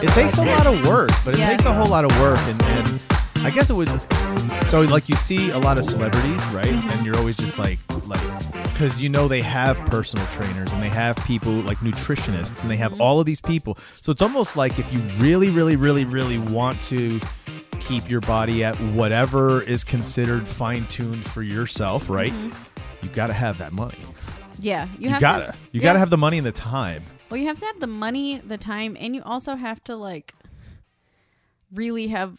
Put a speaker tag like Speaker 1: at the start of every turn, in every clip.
Speaker 1: It takes a lot of work, but it
Speaker 2: Yeah.
Speaker 1: takes a whole lot of work. And, and I guess it would. So, like, you see a lot of celebrities, right? And you're always just like, like, because you know they have personal trainers and they have people like nutritionists and they
Speaker 2: Mm-hmm.
Speaker 1: have all of these people. So it's almost like if you really, really, really, really want to keep your body at whatever is considered fine tuned for yourself, right? You got to have that money.
Speaker 2: Yeah, Mm-hmm. you,
Speaker 1: You,
Speaker 2: have
Speaker 1: gotta.
Speaker 2: To,
Speaker 1: you
Speaker 2: yeah.
Speaker 1: gotta have the money and the time.
Speaker 2: Well, you have to have the money, the time, and you also have to like really have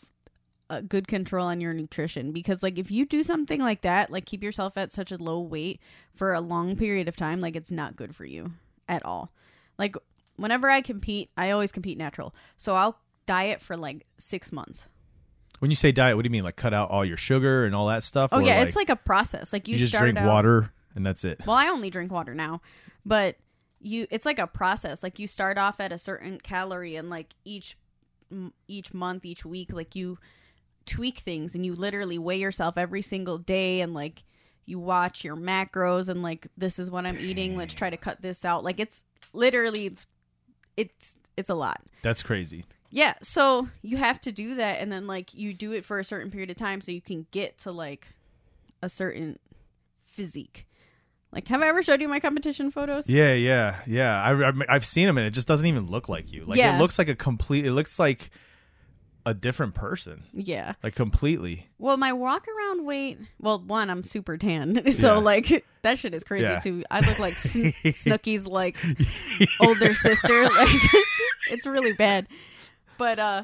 Speaker 2: a good control on your nutrition because like if you do something like that, like keep yourself at such a low weight for a long period of time, like it's not good for you at all. Like whenever I compete, I always compete natural. So I'll diet for like 6 months.
Speaker 1: When you say diet, what do you mean? Like cut out all your sugar and all that stuff?
Speaker 2: Oh
Speaker 1: Or,
Speaker 2: yeah, it's like a process. Like you,
Speaker 1: you, just
Speaker 2: start
Speaker 1: drink
Speaker 2: out,
Speaker 1: water and that's it.
Speaker 2: Well, I only drink water now, but you it's like a process. Like you start off at a certain calorie and like each m- each month, each week like you tweak things and you literally weigh yourself every single day and like you watch your macros and like this is what I'm eating, let's try to cut this out. Like it's literally it's it's a lot.
Speaker 1: That's crazy.
Speaker 2: Yeah, so you have to do that and then like you do it for a certain period of time so you can get to like a certain physique. Like have I ever showed you my competition photos?
Speaker 1: Yeah, yeah, yeah. I, I I've seen them and it just doesn't even look like you. Like
Speaker 2: Yeah.
Speaker 1: it looks like a complete. It looks like a different person.
Speaker 2: Yeah.
Speaker 1: Like completely.
Speaker 2: Well, my walk around weight, well, one I'm super tan. So
Speaker 1: Yeah.
Speaker 2: like that shit is crazy
Speaker 1: Yeah.
Speaker 2: too. I look like Sn- Snooki's like older sister. Like it's really bad. But uh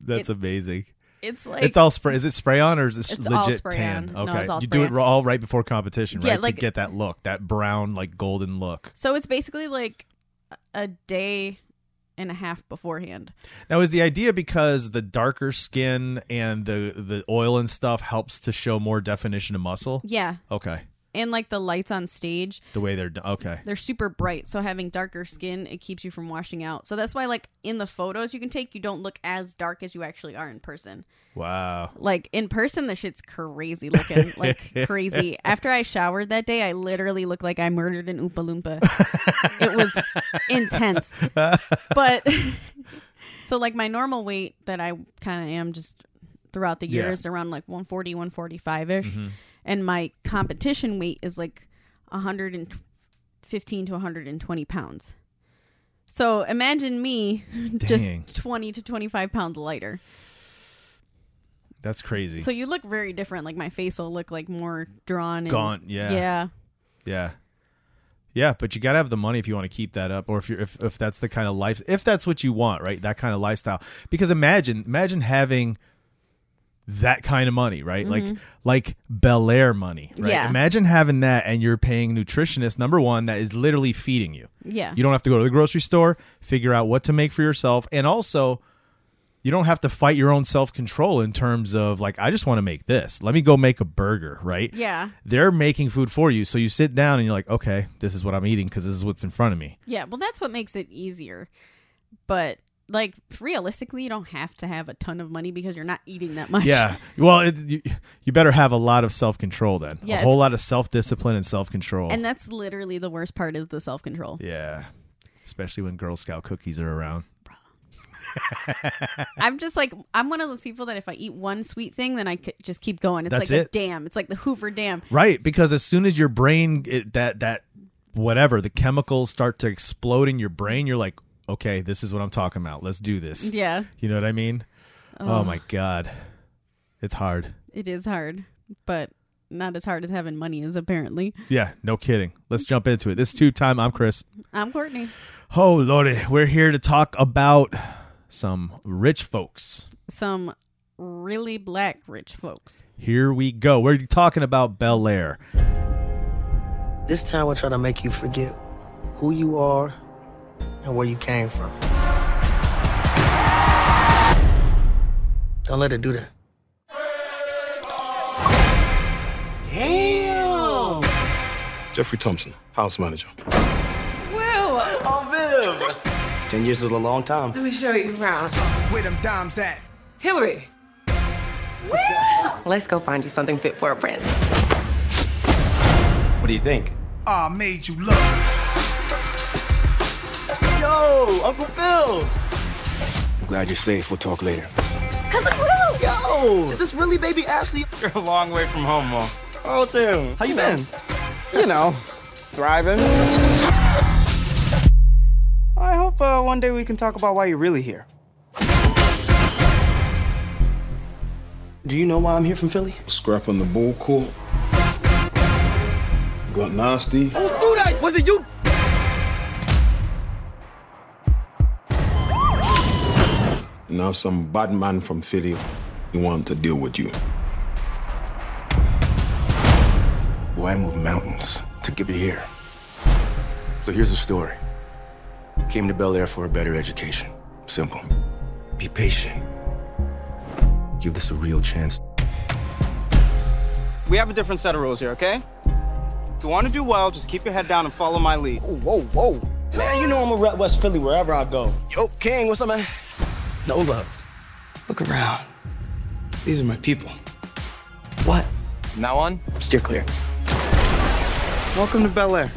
Speaker 1: That's amazing.
Speaker 2: it's like
Speaker 1: it's all spray. Is it spray on or is it
Speaker 2: It's all
Speaker 1: legit
Speaker 2: spray
Speaker 1: tan?
Speaker 2: on. No, it's all
Speaker 1: you
Speaker 2: spray
Speaker 1: do it
Speaker 2: on.
Speaker 1: ra- all right before competition,
Speaker 2: Yeah,
Speaker 1: right?
Speaker 2: like-
Speaker 1: to get that look, that brown, like golden look.
Speaker 2: so it's basically like a day and a half beforehand.
Speaker 1: Now, is the idea because the darker skin and the the oil and stuff helps to show more definition of muscle?
Speaker 2: Yeah.
Speaker 1: Okay,
Speaker 2: and like the lights on stage
Speaker 1: the way they're done. Okay,
Speaker 2: they're super bright so having darker skin it keeps you from washing out so that's why like in the photos you can take you don't look as dark as you actually are in person
Speaker 1: wow.
Speaker 2: like in person the shit's crazy looking like crazy after i showered that day i literally looked like i murdered an oompa loompa it was intense but so like my normal weight that i kind of am just throughout the
Speaker 1: Yeah. Mm-hmm.
Speaker 2: years around like 140 145 ish and my competition weight is like 115 to 120 pounds so imagine me
Speaker 1: Dang.
Speaker 2: just 20 to 25 pounds lighter
Speaker 1: That's crazy.
Speaker 2: so you look very different. Like my face will look like more drawn, and,
Speaker 1: Gaunt, yeah.
Speaker 2: yeah,
Speaker 1: Yeah. Yeah, but you gotta have the money if you want to keep that up, or if you're if, if that's the kind of life if that's what you want, right? That kind of lifestyle. Because imagine imagine having that kind of money, right? Like like Bel Air money, right?
Speaker 2: Mm-hmm. Yeah.
Speaker 1: Imagine having that and you're paying nutritionist number one that is literally feeding you.
Speaker 2: yeah,
Speaker 1: You don't have to go to the grocery store, figure out what to make for yourself, and also you don't have to fight your own self control in terms of like, I just want to make this. Let me go make a burger, right?
Speaker 2: yeah,
Speaker 1: they're making food for you. So you sit down and you're like, okay, this is what I'm eating because this is what's in front of me.
Speaker 2: yeah. Well, that's what makes it easier. But like realistically, you don't have to have a ton of money because you're not eating that much.
Speaker 1: Yeah. Well, it, you, you better have a lot of self control then.
Speaker 2: Yeah,
Speaker 1: a
Speaker 2: it's-
Speaker 1: whole lot of self discipline and self control.
Speaker 2: and that's literally the worst part is the self control.
Speaker 1: yeah. Especially when Girl Scout cookies are around.
Speaker 2: I'm just like I'm one of those people that if I eat one sweet thing, then I could just keep going. It's
Speaker 1: That's
Speaker 2: like
Speaker 1: it.
Speaker 2: a dam. It's like the Hoover Dam.
Speaker 1: Right. Because as soon as your brain, it, that, that, whatever, the chemicals start to explode in your brain, you're like, okay, this is what I'm talking about. Let's do this.
Speaker 2: Yeah,
Speaker 1: You know what I mean? oh my God. It's hard.
Speaker 2: it is hard, but not as hard as having money is apparently.
Speaker 1: Yeah. No kidding. Let's jump into it. This is tube time. I'm Chris.
Speaker 2: I'm Courtney.
Speaker 1: Oh lordy, we're here to talk about some rich folks.
Speaker 2: Some really black rich folks.
Speaker 1: Here we go. We're talking about Bel Air.
Speaker 3: This time I try to make you forget who you are and where you came from. Don't let it do that.
Speaker 4: Jeffrey Thompson, house manager.
Speaker 2: Whoa!
Speaker 5: Ten years is a long time.
Speaker 6: Let me show you around.
Speaker 7: Where them dimes at?
Speaker 6: Hillary. Let's go find you something fit for a prince.
Speaker 5: What do you think?
Speaker 7: I Ah, made you love.
Speaker 5: Yo, Uncle Phil. Glad you're safe. We'll talk later.
Speaker 2: Cousin Blue!
Speaker 5: Yo, is this really baby Ashley? You're a long way from home, Mom. Oh, Tim, how you been? You know, thriving. I hope uh, one day we can talk about why you're really here. Do you know why I'm here from Philly?
Speaker 4: Scrap on the ball court. Got nasty.
Speaker 5: Was it you?
Speaker 4: Now some bad man from Philly. He want to deal with you.
Speaker 5: Why move mountains to get you here? So here's the story. Came to Bel Air for a better education. Simple. Be patient. Give this a real chance.
Speaker 8: We have a different set of rules here, okay? If you want to do well, just keep your head down and follow my lead.
Speaker 5: Whoa, whoa. Man, you know I'm a rep West Philly wherever I go. Yo, King, what's up, man? No love. Look around. These are my people.
Speaker 6: What?
Speaker 5: Now on, steer clear.
Speaker 8: Welcome to Bel Air.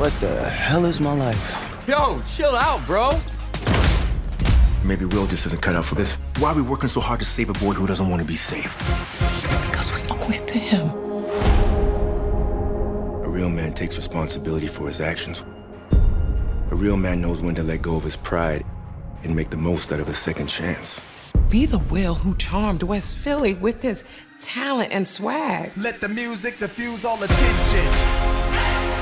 Speaker 5: What the hell is my life?
Speaker 9: Yo, chill out, bro.
Speaker 5: Maybe Will just isn't cut out for this. Why are we working so hard to save a boy who doesn't want to be saved?
Speaker 10: because we owe it to him.
Speaker 5: A real man takes responsibility for his actions. A real man knows when to let go of his pride and make the most out of his second chance.
Speaker 9: Be the Will who charmed West Philly with his talent and swag.
Speaker 7: Let the music diffuse all attention.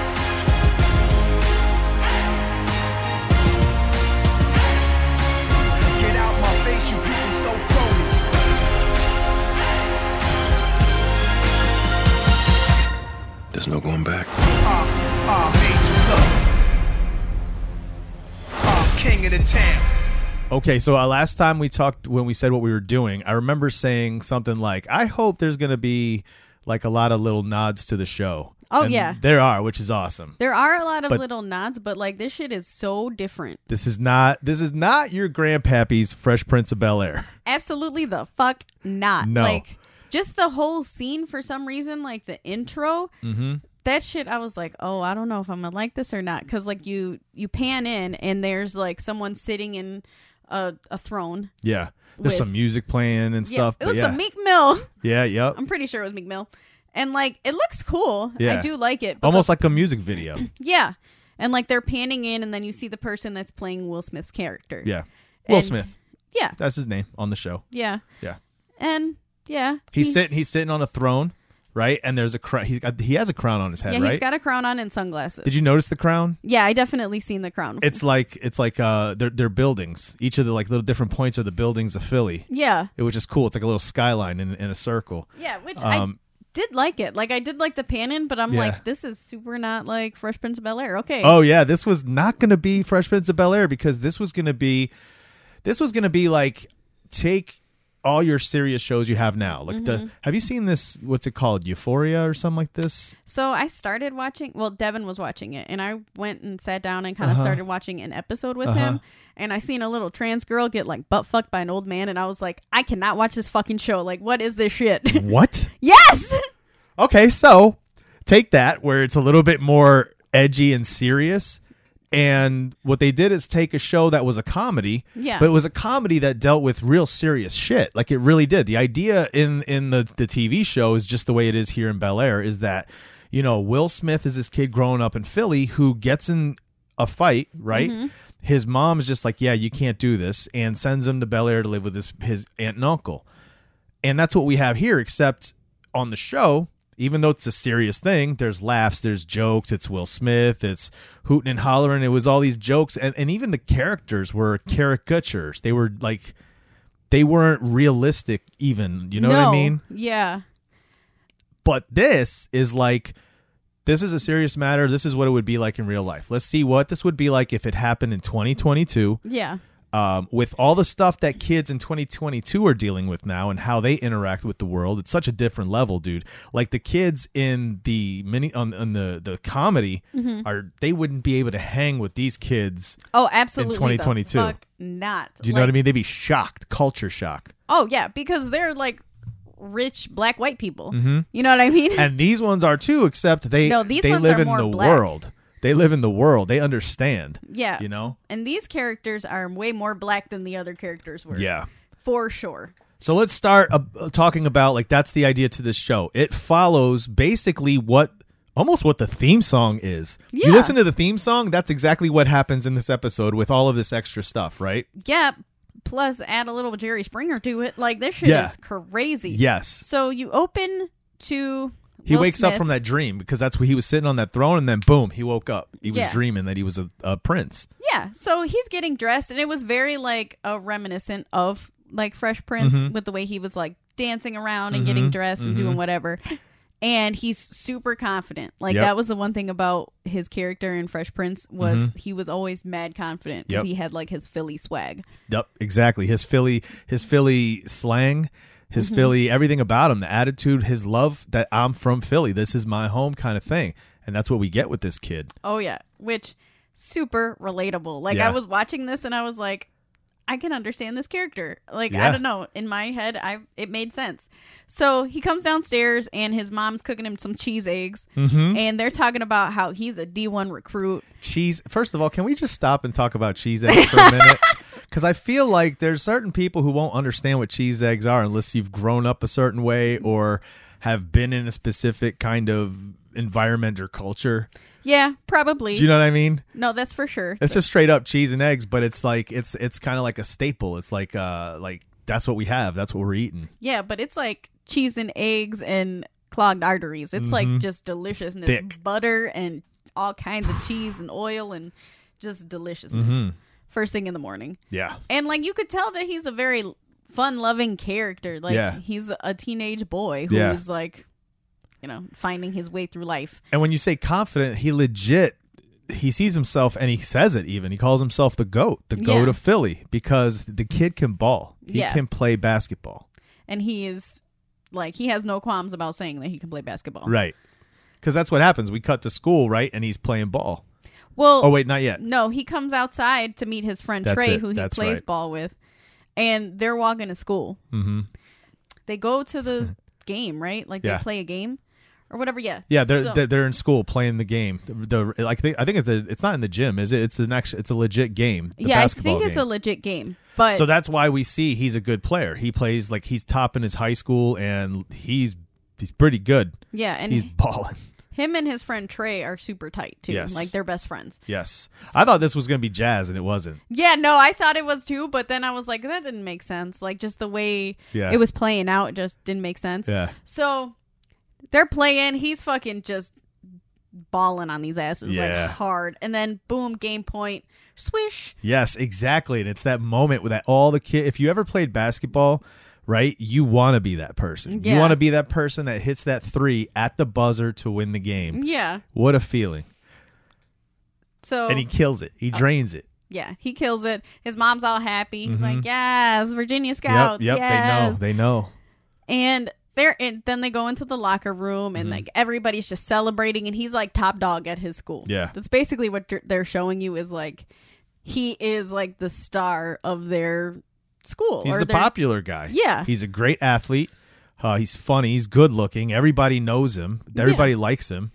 Speaker 7: Get out my face, you people so phony.
Speaker 5: There's no going back.
Speaker 7: I Ah, made you love. I'm king of the town.
Speaker 1: Okay, so uh, last time we talked when we said what we were doing, I remember saying something like, "I hope there's going to be like a lot of little nods to the show."
Speaker 2: Oh,
Speaker 1: And
Speaker 2: yeah.
Speaker 1: there are, which is awesome.
Speaker 2: There are a lot of
Speaker 1: But-
Speaker 2: little nods, but like this shit is so different.
Speaker 1: This is not this is not your grandpappy's Fresh Prince of Bel Air.
Speaker 2: Absolutely the fuck not.
Speaker 1: No.
Speaker 2: Like just the whole scene for some reason, like the intro.
Speaker 1: Mm-hmm.
Speaker 2: That shit, I was like, oh, I don't know if I'm gonna like this or not, because like you you pan in and there's like someone sitting in a, a throne.
Speaker 1: Yeah, there's
Speaker 2: With-
Speaker 1: some music playing and stuff.
Speaker 2: yeah,
Speaker 1: but
Speaker 2: it was
Speaker 1: yeah.
Speaker 2: a Meek Mill.
Speaker 1: Yeah, yep.
Speaker 2: I'm pretty sure it was Meek Mill, and like it looks cool.
Speaker 1: Yeah.
Speaker 2: I do like it. but
Speaker 1: Almost like a music video.
Speaker 2: the- yeah, and like they're panning in, and then you see the person that's playing Will Smith's character.
Speaker 1: Yeah, Will
Speaker 2: And-
Speaker 1: Smith.
Speaker 2: yeah,
Speaker 1: That's his name on the show.
Speaker 2: yeah,
Speaker 1: Yeah,
Speaker 2: and yeah.
Speaker 1: he's, sitting. He's sitting on a throne, right? And there's a crown. He he has a crown on his head,
Speaker 2: yeah,
Speaker 1: right?
Speaker 2: he's got a crown on and sunglasses.
Speaker 1: Did you notice the crown?
Speaker 2: yeah, I definitely seen the crown.
Speaker 1: It's like it's like uh, they're they're buildings. Each of the like little different points are the buildings of Philly,
Speaker 2: yeah,
Speaker 1: It which is cool. It's like a little skyline in in a circle.
Speaker 2: yeah, which
Speaker 1: Um,
Speaker 2: I did like it. Like I did like the pan in, but I'm
Speaker 1: Yeah.
Speaker 2: like, this is super not like Fresh Prince of Bel Air. Okay,
Speaker 1: Oh yeah, this was not going to be Fresh Prince of Bel Air because this was going to be, this was going to be like take all your serious shows you have now. Like
Speaker 2: Mm-hmm.
Speaker 1: the have you seen this? What's it called? Euphoria or something like this?
Speaker 2: So I started watching. Well, Devin was watching it, and I went and sat down and kind
Speaker 1: Uh-huh.
Speaker 2: of started watching an episode with him. And I seen a little trans girl get like butt fucked by an old man, and I was like, I cannot watch this fucking show. Like, what is this shit?
Speaker 1: What?
Speaker 2: yes.
Speaker 1: Okay, so take that where it's a little bit more edgy and serious. And what they did is take a show that was a comedy,
Speaker 2: Yeah.
Speaker 1: but it was a comedy that dealt with real serious shit. Like it really did. The idea in in the the TV show is just the way it is here in Bel Air is that you know Will Smith is this kid growing up in Philly who gets in a fight, right? His mom is just like, yeah, you can't do this, and sends him to Bel Air to live with his his aunt and uncle. And that's what we have here, except on the show, even though it's a serious thing, there's laughs, there's jokes, it's Will Smith, it's hooting and hollering, it was all these jokes. And, and even the characters were caricatures. They were like, they weren't realistic, even. You know what I
Speaker 2: No.
Speaker 1: mean?
Speaker 2: Yeah.
Speaker 1: But this is like, this is a serious matter. This is what it would be like in real life. Let's see what this would be like if it happened in 2022.
Speaker 2: Yeah.
Speaker 1: Um, with all the stuff that kids in 2022 are dealing with now and how they interact with the world, it's such a different level, dude. Like the kids in the mini on, on the the comedy
Speaker 2: Mhm.
Speaker 1: are they wouldn't be able to hang with these kids.
Speaker 2: Oh, absolutely. the
Speaker 1: 2022.
Speaker 2: fuck not.
Speaker 1: Do you know
Speaker 2: Like-
Speaker 1: what I mean? They'd be shocked, culture shock.
Speaker 2: Oh yeah, because they're like rich black white people.
Speaker 1: Mhm.
Speaker 2: You know what I mean?
Speaker 1: and these ones are too, except they
Speaker 2: No, these
Speaker 1: they
Speaker 2: ones
Speaker 1: live
Speaker 2: are
Speaker 1: in
Speaker 2: more
Speaker 1: the
Speaker 2: black.
Speaker 1: world. They live in the world. They understand.
Speaker 2: yeah.
Speaker 1: You know?
Speaker 2: And these characters are way more black than the other characters were.
Speaker 1: Yeah.
Speaker 2: For sure.
Speaker 1: So let's start uh, uh, talking about like that's the idea to this show. It follows basically what almost what the theme song is. You
Speaker 2: Yeah.
Speaker 1: listen to the theme song, that's exactly what happens in this episode with all of this extra stuff, right?
Speaker 2: Yeah. Plus add a little Jerry Springer to it. Like this shit
Speaker 1: Yeah.
Speaker 2: is crazy.
Speaker 1: Yes.
Speaker 2: So you open to
Speaker 1: He
Speaker 2: Will
Speaker 1: wakes up
Speaker 2: Smith.
Speaker 1: from that dream because that's where he was sitting on that throne, and then boom, he woke up. He was
Speaker 2: Yeah.
Speaker 1: dreaming that he was a, a prince.
Speaker 2: Yeah. So he's getting dressed, and it was very like a reminiscent of like Fresh Prince
Speaker 1: Mhm.
Speaker 2: with the way he was like dancing around and
Speaker 1: Mhm,
Speaker 2: getting dressed and doing
Speaker 1: mhm.
Speaker 2: whatever. And he's super confident. Like
Speaker 1: Yep.
Speaker 2: that was the one thing about his character in Fresh Prince was
Speaker 1: Mhm.
Speaker 2: he was always mad confident because
Speaker 1: Yep.
Speaker 2: he had like his Philly swag.
Speaker 1: Yep, exactly. His Philly, his Philly slang, his
Speaker 2: Mhm.
Speaker 1: Philly, everything about him, the attitude, his love that I'm from Philly. This is my home, kind of thing, and that's what we get with this kid.
Speaker 2: Oh yeah, which super relatable. Like
Speaker 1: Yeah.
Speaker 2: I was watching this and I was like, I can understand this character. Like
Speaker 1: Yeah.
Speaker 2: I don't know, in my head, I it made sense. So he comes downstairs and his mom's cooking him some cheese eggs,
Speaker 1: Mhm.
Speaker 2: and they're talking about how he's a D one recruit.
Speaker 1: Cheese. First of all, can we just stop and talk about cheese eggs for a minute? Because I feel like there's certain people who won't understand what cheese eggs are unless you've grown up a certain way or have been in a specific kind of environment or culture.
Speaker 2: Yeah, probably.
Speaker 1: Do you know what I mean?
Speaker 2: No, that's for sure.
Speaker 1: It's just straight up cheese and eggs, but it's like it's it's kind of like a staple. It's like uh like that's what we have. That's what we're eating.
Speaker 2: yeah, but it's like cheese and eggs and clogged arteries. It's
Speaker 1: Mhm.
Speaker 2: like just deliciousness,
Speaker 1: thick.
Speaker 2: butter and all kinds of cheese and oil and just deliciousness.
Speaker 1: Mhm.
Speaker 2: First thing in the morning.
Speaker 1: Yeah.
Speaker 2: And like you could tell that he's a very fun loving character. Like
Speaker 1: Yeah.
Speaker 2: he's a teenage boy who's
Speaker 1: Yeah.
Speaker 2: like, you know, finding his way through life.
Speaker 1: And when you say confident, he legit he sees himself and he says it even. He calls himself the goat, the goat
Speaker 2: Yeah.
Speaker 1: of Philly because the kid can ball. He
Speaker 2: Yeah.
Speaker 1: can play basketball.
Speaker 2: And he is like he has no qualms about saying that he can play basketball.
Speaker 1: Right. Cuz that's what happens. We cut to school, right? And he's playing ball.
Speaker 2: Well
Speaker 1: Oh wait, not yet.
Speaker 2: No, he comes outside to meet his friend
Speaker 1: That's
Speaker 2: Trey,
Speaker 1: it.
Speaker 2: who he
Speaker 1: That's
Speaker 2: plays
Speaker 1: right.
Speaker 2: ball with, and they're walking to school.
Speaker 1: Mhm.
Speaker 2: They go to the game, right? Like
Speaker 1: Yeah.
Speaker 2: they play a game or whatever. Yeah.
Speaker 1: Yeah, they're,
Speaker 2: So-
Speaker 1: they're they're in school playing the game. The, the- like they, I think it's a, it's not in the gym, is it? It's an actual, it's a legit game. the
Speaker 2: yeah. I
Speaker 1: basketball
Speaker 2: think it's
Speaker 1: game.
Speaker 2: a legit game, but
Speaker 1: so that's why we see he's a good player. He plays like he's top in his high school, and he's he's pretty good.
Speaker 2: yeah, and
Speaker 1: he's balling.
Speaker 2: him and his friend Trey are super tight too.
Speaker 1: Yes.
Speaker 2: Like they're best friends.
Speaker 1: Yes, I thought this was gonna be jazz, and it wasn't.
Speaker 2: Yeah, no, I thought it was too, but then I was like, that didn't make sense. Like just the way
Speaker 1: Yeah.
Speaker 2: it was playing out just didn't make sense.
Speaker 1: Yeah,
Speaker 2: So they're playing, he's fucking just balling on these asses
Speaker 1: Yeah.
Speaker 2: like hard. And then boom, game point, swish.
Speaker 1: yes, exactly. And it's that moment with that all the kid. If you ever played basketball, right, you want to be that person. You
Speaker 2: Yeah.
Speaker 1: want to be that person that hits that three at the buzzer to win the game.
Speaker 2: Yeah.
Speaker 1: What a feeling!
Speaker 2: So
Speaker 1: And he kills it. He drains it.
Speaker 2: yeah, he kills it. His mom's all happy. He's
Speaker 1: Mhm.
Speaker 2: like, Yes, Virginia Scouts.
Speaker 1: yep, yep.
Speaker 2: yes.
Speaker 1: They know. They know.
Speaker 2: and they're in, then they go into the locker room
Speaker 1: Mm-hmm.
Speaker 2: and like everybody's just celebrating and he's like top dog at his school
Speaker 1: Yeah.
Speaker 2: that's basically what they're- they're showing you is like he is like the star of their school
Speaker 1: He's
Speaker 2: or
Speaker 1: the
Speaker 2: their-
Speaker 1: popular guy.
Speaker 2: Yeah.
Speaker 1: He's a great athlete. Uh, he's funny. He's good looking. Everybody knows him. Everybody likes him.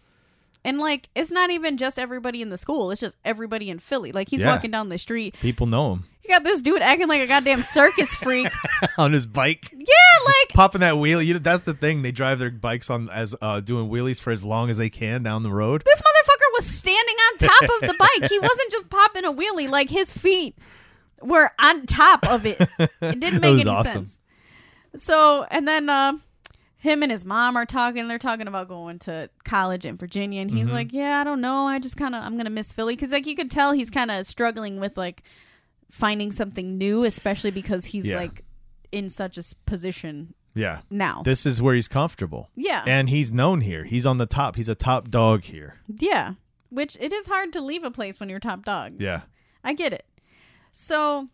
Speaker 2: and like it's not even just everybody in the school it's just everybody in philly like he's
Speaker 1: Yeah.
Speaker 2: walking down the street
Speaker 1: People know him
Speaker 2: you got this dude acting like a goddamn circus freak
Speaker 1: on his bike,
Speaker 2: yeah like
Speaker 1: popping that wheelie. You know, that's the thing. They drive their bikes on as uh, doing wheelies for as long as they can down the road.
Speaker 2: this motherfucker was standing on top of the bike. He wasn't just popping a wheelie; like his feet were on top of it. It didn't
Speaker 1: That
Speaker 2: make
Speaker 1: was
Speaker 2: any
Speaker 1: awesome.
Speaker 2: sense. So, and then uh, him and his mom are talking. They're talking about going to college in Virginia, and he's
Speaker 1: Mhm.
Speaker 2: like, "Yeah, I don't know. I just kind of I'm gonna miss Philly because like you could tell he's kind of struggling with like finding something new, especially because he's
Speaker 1: Yeah.
Speaker 2: like in such a s- position
Speaker 1: Yeah.
Speaker 2: now.
Speaker 1: This is where he's comfortable.
Speaker 2: Yeah.
Speaker 1: And he's known here. He's on the top. He's a top dog here.
Speaker 2: yeah. Which it is hard to leave a place when you're top dog.
Speaker 1: Yeah.
Speaker 2: I get it. So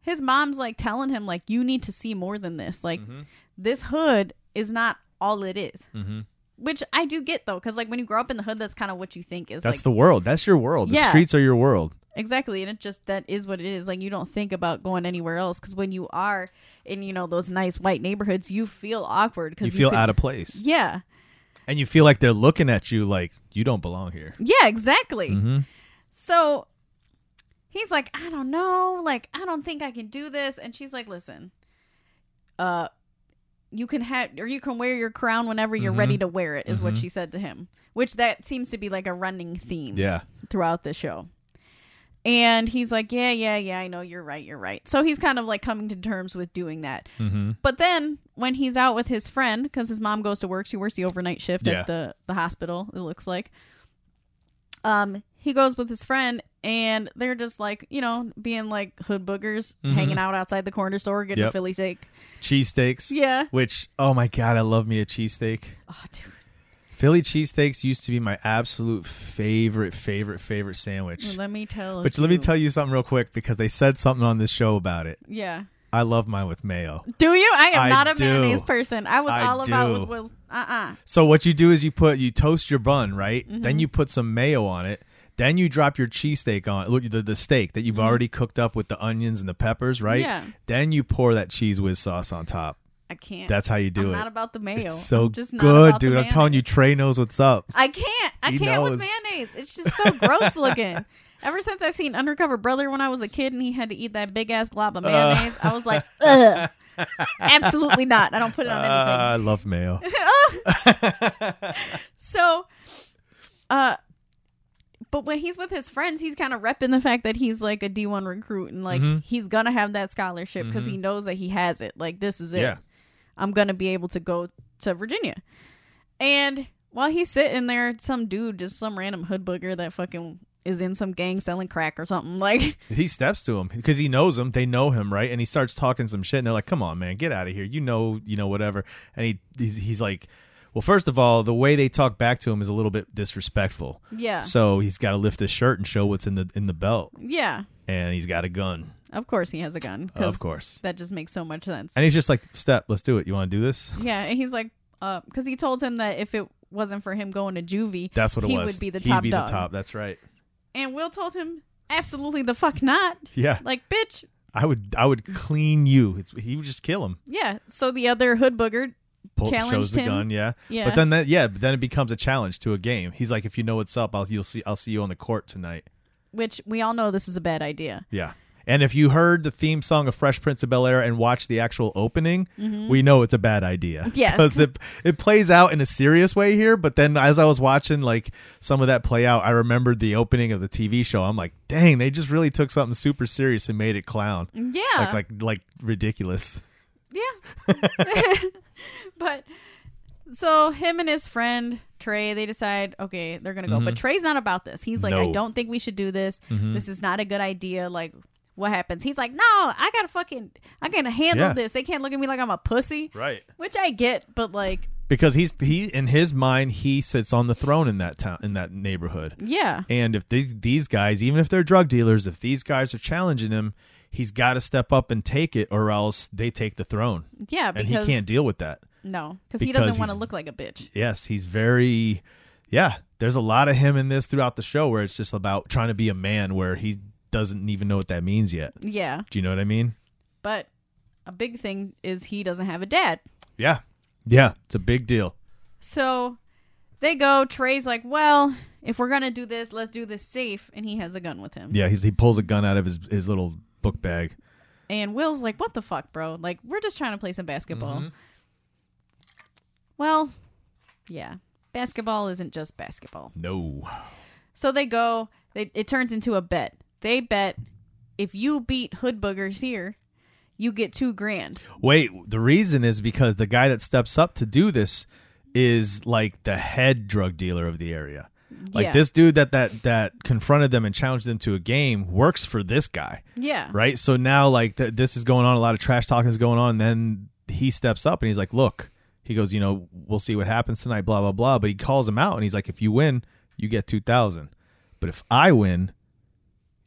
Speaker 2: his mom's like telling him like you need to see more than this. Like
Speaker 1: Mm-hmm.
Speaker 2: this hood is not all it is.
Speaker 1: Mhm.
Speaker 2: Which I do get though cuz like when you grow up in the hood that's kind of what you think is
Speaker 1: That's
Speaker 2: like
Speaker 1: the world. That's your world. The
Speaker 2: Yeah.
Speaker 1: streets are your world.
Speaker 2: Exactly, and it just that is what it is. Like you don't think about going anywhere else because when you are in you know those nice white neighborhoods, you feel awkward
Speaker 1: You
Speaker 2: because
Speaker 1: feel out of place.
Speaker 2: Yeah,
Speaker 1: And you feel like they're looking at you like you don't belong here.
Speaker 2: yeah, exactly.
Speaker 1: Mhm.
Speaker 2: So he's like, I don't know, like I don't think I can do this, and she's like, Listen, uh, you can have or you can wear your crown whenever you're
Speaker 1: Mhm.
Speaker 2: ready to wear it, is what
Speaker 1: Mhm.
Speaker 2: she said to him. Which that seems to be like a running theme.
Speaker 1: Yeah.
Speaker 2: throughout the show. And he's like, Yeah, yeah, yeah, I know, you're right, you're right. So he's kind of like coming to terms with doing that.
Speaker 1: Mm-hmm.
Speaker 2: But then when he's out with his friend, because his mom goes to work, she works the overnight shift
Speaker 1: Yeah.
Speaker 2: at the, the hospital, it looks like. Um, he goes with his friend and they're just like, you know, being like hood boogers,
Speaker 1: Mhm.
Speaker 2: hanging out outside the corner store, getting a
Speaker 1: Yep.
Speaker 2: Philly steak.
Speaker 1: Cheesesteaks.
Speaker 2: Yeah.
Speaker 1: Which, oh my God, I love me a cheesesteak.
Speaker 2: Oh, dude.
Speaker 1: Philly cheesesteaks used to be my absolute favorite, favorite, favorite sandwich.
Speaker 2: Let me tell
Speaker 1: Which let me tell you something real quick because they said something on this show about it.
Speaker 2: Yeah.
Speaker 1: I love mine with mayo.
Speaker 2: Do you? I am
Speaker 1: I
Speaker 2: not a
Speaker 1: do.
Speaker 2: mayonnaise person. I was
Speaker 1: I
Speaker 2: all about
Speaker 1: do.
Speaker 2: with Will. Uh uh
Speaker 1: So what you do is you put you toast your bun, right?
Speaker 2: Mm-hmm.
Speaker 1: Then you put some mayo on it. Then you drop your cheesesteak on look the, the steak that you've already cooked up with the onions and the peppers, right?
Speaker 2: Mm-hmm. Yeah.
Speaker 1: Then you pour that cheese whiz sauce on top.
Speaker 2: I can't.
Speaker 1: That's how you do
Speaker 2: I'm
Speaker 1: it.
Speaker 2: Not about the mayo.
Speaker 1: It's so
Speaker 2: I'm just not
Speaker 1: good,
Speaker 2: about the
Speaker 1: dude. I'm telling you,
Speaker 2: mayonnaise.
Speaker 1: Trey knows what's up.
Speaker 2: I can't. I
Speaker 1: He
Speaker 2: can't with
Speaker 1: knows.
Speaker 2: mayonnaise. It's just so gross looking. Ever since I seen Undercover Brother when I was a kid and he had to eat that big ass glob of mayonnaise, I was like, ugh, absolutely not. I don't put it on anything.
Speaker 1: Ah, I love mayo.
Speaker 2: So, uh, but when he's with his friends, he's kind of repping the fact that he's like a D1 recruit and like
Speaker 1: Mm-hmm.
Speaker 2: he's gonna have that scholarship because he knows that he has it. Like this is it.
Speaker 1: Yeah.
Speaker 2: I'm gonna be able to go to Virginia. And while he's sitting there, some dude, just some random hood booger that fucking is in some gang selling crack or something. Like,
Speaker 1: he steps to him because he knows him. They know him, right? And he starts talking some shit, and they're like, "Come on, man, get out of here. You know, you know, whatever." And he he's, he's like, "Well, first of all, the way they talk back to him is a little bit disrespectful.
Speaker 2: yeah,
Speaker 1: So he's got to lift his shirt and show what's in the in the belt,
Speaker 2: yeah.
Speaker 1: and he's got a gun,
Speaker 2: Of course he has a gun. 'cause
Speaker 1: of course.
Speaker 2: that just makes so much sense.
Speaker 1: And he's just like, "Step, let's do it. You want to do this?"
Speaker 2: Yeah, and he's like, uh, because he told him that if it wasn't for him going to juvie,
Speaker 1: That's what it
Speaker 2: he
Speaker 1: was.
Speaker 2: would be the
Speaker 1: He'd
Speaker 2: top
Speaker 1: be
Speaker 2: dog.
Speaker 1: the top. That's right.
Speaker 2: And Will told him, absolutely the fuck not.
Speaker 1: Yeah,
Speaker 2: Like, bitch,
Speaker 1: I would I would clean you. It's, he would just kill him.
Speaker 2: yeah. So the other hood booger,
Speaker 1: pull,
Speaker 2: Challenged
Speaker 1: shows the
Speaker 2: him.
Speaker 1: gun, yeah.
Speaker 2: Yeah.
Speaker 1: But then that yeah, but then it becomes a challenge to a game. He's like, if you know what's up, I'll you'll see I'll see you on the court tonight.
Speaker 2: which we all know this is a bad idea.
Speaker 1: Yeah. And if you heard the theme song of Fresh Prince of Bel Air and watched the actual opening, we know it's a bad idea.
Speaker 2: Mm-hmm. Yes.
Speaker 1: because it, it plays out in a serious way here. But then, as I was watching like some of that play out, I remembered the opening of the TV show. I'm like, dang, they just really took something super serious and made it clown,
Speaker 2: Yeah.
Speaker 1: like like like ridiculous.
Speaker 2: Yeah. but so him and his friend Trey, they decide, okay, they're gonna go. But Trey's not about this. He's like,
Speaker 1: Mm-hmm.
Speaker 2: I
Speaker 1: No. Mm-hmm.
Speaker 2: don't think we should do this. This is not a good idea. Like, what happens? He's like, no, I gotta fucking, I gotta handle
Speaker 1: Yeah.
Speaker 2: this. They can't look at me like I'm a pussy,
Speaker 1: Right.
Speaker 2: Which I get, but like,
Speaker 1: Because he's he in his mind he sits on the throne in that town in that neighborhood.
Speaker 2: yeah,
Speaker 1: And if these these guys, even if they're drug dealers, if these guys are challenging him, he's got to step up and take it, or else they take the throne,
Speaker 2: yeah,
Speaker 1: and
Speaker 2: because
Speaker 1: he can't deal with that.
Speaker 2: no, because he
Speaker 1: because
Speaker 2: doesn't want to
Speaker 1: he's-
Speaker 2: look like a bitch.
Speaker 1: Yes, he's very, yeah. There's a lot of him in this throughout the show, where it's just about trying to be a man, where he doesn't even know what that means yet.
Speaker 2: Yeah,
Speaker 1: Do you know what I mean?
Speaker 2: but a big thing is he doesn't have a dad.
Speaker 1: Yeah, yeah. It's a big deal.
Speaker 2: So they go. Trey's like, well, if we're gonna do this, let's do this safe. And he has a gun with him.
Speaker 1: Yeah, he's he pulls a gun out of his his little book bag.
Speaker 2: And Will's like, what the fuck, bro? Like, we're just trying to play some basketball. Well, yeah. Basketball isn't just basketball.
Speaker 1: No,
Speaker 2: So they go, they, it turns into a bet. They bet if you beat Hood Boogers here, you get two grand.
Speaker 1: Wait, the reason is because the guy that steps up to do this is like the head drug dealer of the area. Like
Speaker 2: Yeah.
Speaker 1: this dude that that that confronted them and challenged them to a game works for this guy,
Speaker 2: Yeah.
Speaker 1: right? So now like th- this is going on, a lot of trash talking is going on, and then he steps up and he's like, "Look," he goes, "You know, we'll see what happens tonight." Blah blah blah. But he calls him out and he's like, "If you win, you get two thousand. But if I win,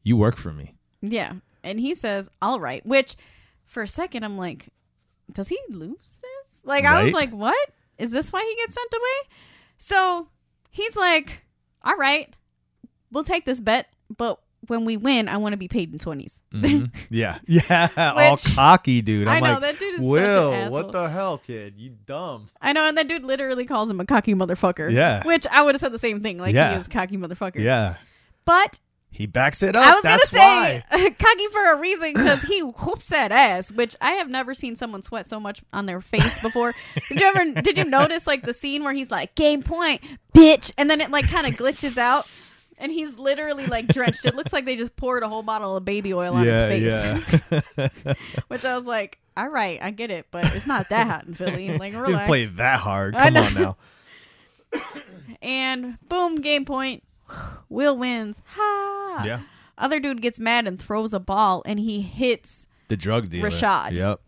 Speaker 1: you work for me."
Speaker 2: Yeah. And he says, all right, which for a second I'm like, does he lose this? Like, I was
Speaker 1: Right.
Speaker 2: like, what? Is this why he gets sent away? So he's like, all right, we'll take this bet, but when we win, I want to be paid in 20s.
Speaker 1: Mhm. yeah, yeah, all
Speaker 2: Mm-hmm. Which-
Speaker 1: cocky, dude.
Speaker 2: I
Speaker 1: I'm
Speaker 2: know,
Speaker 1: like,
Speaker 2: that dude is such an
Speaker 1: Will,
Speaker 2: asshole."
Speaker 1: what the hell, kid? You dumb.
Speaker 2: I know. And that dude literally calls him a cocky motherfucker.
Speaker 1: Yeah.
Speaker 2: Which I would have said the same thing. Like,
Speaker 1: Yeah.
Speaker 2: he is a cocky motherfucker.
Speaker 1: Yeah,
Speaker 2: But
Speaker 1: he backs it
Speaker 2: I
Speaker 1: up.
Speaker 2: was
Speaker 1: That's
Speaker 2: gonna
Speaker 1: why.
Speaker 2: say cocky for a reason because he whoops that ass, which I have never seen someone sweat so much on their face before. did you ever? Did you notice like the scene where he's like game point, bitch, and then it like kind of glitches out, and he's literally like drenched. It looks like they just poured a whole bottle of baby oil on his face,
Speaker 1: yeah.
Speaker 2: which I was like, all right, I get it, but it's not that hot in Philly. Like
Speaker 1: You didn't
Speaker 2: relax.
Speaker 1: play that hard.
Speaker 2: I
Speaker 1: Come on
Speaker 2: know.
Speaker 1: now.
Speaker 2: And boom, game point. Will wins. Ha!
Speaker 1: Yeah.
Speaker 2: Other dude gets mad and throws a ball, and he hits.
Speaker 1: The drug dealer.
Speaker 2: Rashad.
Speaker 1: Yep.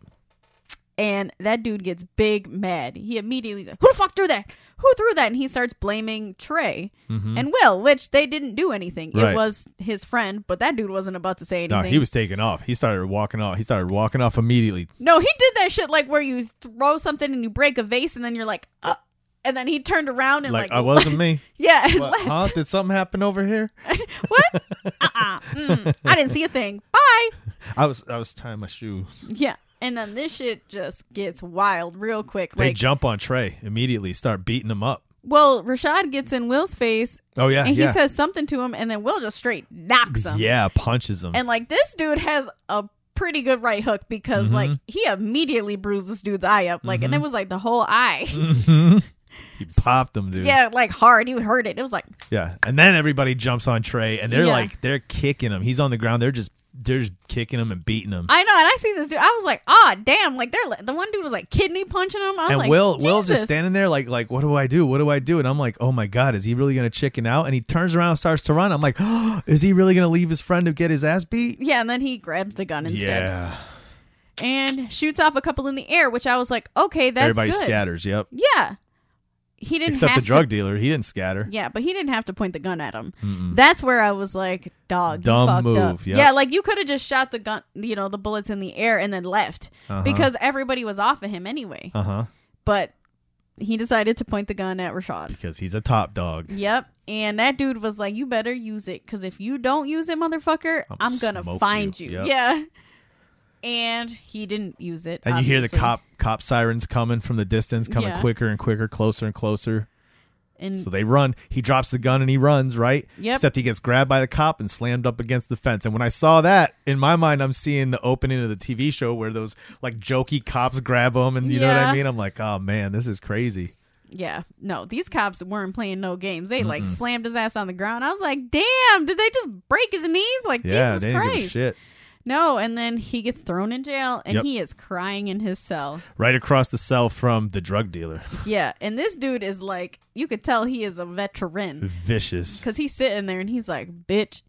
Speaker 2: and that dude gets big mad. He immediately's like, "Who the fuck threw that? Who threw that?" And he starts blaming Trey and Will, which they didn't do anything. It
Speaker 1: Mm-hmm. Right.
Speaker 2: was his friend, but that dude wasn't about to say anything.
Speaker 1: No, he was taking off. He started walking off. He started walking off immediately.
Speaker 2: No, he did that shit like where you throw something and you break a vase, and then you're like, uh, and then he turned around and
Speaker 1: Like,
Speaker 2: like,
Speaker 1: I wasn't me.
Speaker 2: yeah, and
Speaker 1: What,
Speaker 2: left.
Speaker 1: huh? Did something happen over here?
Speaker 2: what? Uh-uh. Mm, I didn't see a thing. Bye.
Speaker 1: I was I was tying my shoes.
Speaker 2: Yeah. And then this shit just gets wild real quick.
Speaker 1: They
Speaker 2: Like,
Speaker 1: jump on Trey immediately, start beating him up.
Speaker 2: well, Rashad gets in Will's face
Speaker 1: Oh yeah,
Speaker 2: and
Speaker 1: yeah.
Speaker 2: he says something to him, and then Will just straight knocks him.
Speaker 1: yeah, punches him.
Speaker 2: And like this dude has a pretty good right hook because like
Speaker 1: Mm-hmm.
Speaker 2: he immediately bruised this dude's eye up, like, and it was like the whole eye.
Speaker 1: Mhm. he popped him, dude.
Speaker 2: yeah, like hard. You heard it. It was like
Speaker 1: Yeah. And then everybody jumps on Trey and they're
Speaker 2: Yeah.
Speaker 1: like they're kicking him. He's on the ground. They're just they're just kicking him and beating him.
Speaker 2: I know, and I see this dude. I was like, ah, damn. Like they're the one dude was like kidney punching him. I was
Speaker 1: and
Speaker 2: like,
Speaker 1: Will Will's just
Speaker 2: Jesus.
Speaker 1: standing there like like what do I do? What do I do? And I'm like, "Oh my god, is he really going to chicken out?" And he turns around and starts to run. I'm like, "Is he really going to leave his friend to get his ass beat?"
Speaker 2: Yeah, and then he grabs the gun instead and shoots off a couple in the air, which I was like, okay, that's
Speaker 1: Everybody
Speaker 2: good.
Speaker 1: scatters, yep.
Speaker 2: Yeah, he didn't
Speaker 1: Except the
Speaker 2: have
Speaker 1: drug
Speaker 2: to,
Speaker 1: dealer, he didn't scatter.
Speaker 2: Yeah, but he didn't have to point the gun at him. That's where I was like, dog, you
Speaker 1: Dumb
Speaker 2: fucked up.
Speaker 1: move, yep.
Speaker 2: Yeah, like you could have just shot the gun, you know, the bullets in the air and then left because everybody was off of him anyway.
Speaker 1: Uh-huh.
Speaker 2: But he decided to point the gun at Rashad.
Speaker 1: Because he's a top dog.
Speaker 2: Yep. And that dude was like, you better use it because if you don't use it, motherfucker, I'm,
Speaker 1: I'm
Speaker 2: going to
Speaker 1: smoke
Speaker 2: find you.
Speaker 1: you." Yep.
Speaker 2: Yeah. And he didn't use it.
Speaker 1: And you hear the
Speaker 2: obviously.
Speaker 1: cop cop sirens coming from the distance, coming
Speaker 2: Yeah.
Speaker 1: quicker and quicker, closer and closer.
Speaker 2: And
Speaker 1: So they run. He drops the gun and he runs, right?
Speaker 2: Yep.
Speaker 1: Except he gets grabbed by the cop and slammed up against the fence. And when I saw that, in my mind, I'm seeing the opening of the TV show where those like jokey cops grab him, and you know what
Speaker 2: Yeah.
Speaker 1: I mean. I'm like, oh man, this is crazy.
Speaker 2: Yeah. No, these cops weren't playing no games. They like slammed his ass on the ground. I was like, damn, did they just break his knees? Like,
Speaker 1: Yeah,
Speaker 2: Jesus
Speaker 1: they didn't
Speaker 2: Christ.
Speaker 1: give a shit.
Speaker 2: No, and then he gets thrown in jail and
Speaker 1: Yep.
Speaker 2: he is crying in his cell.
Speaker 1: Right across the cell from the drug dealer,
Speaker 2: Yeah. And this dude is like, you could tell he is a veteran
Speaker 1: vicious.
Speaker 2: because he's sitting there and he's like, bitch,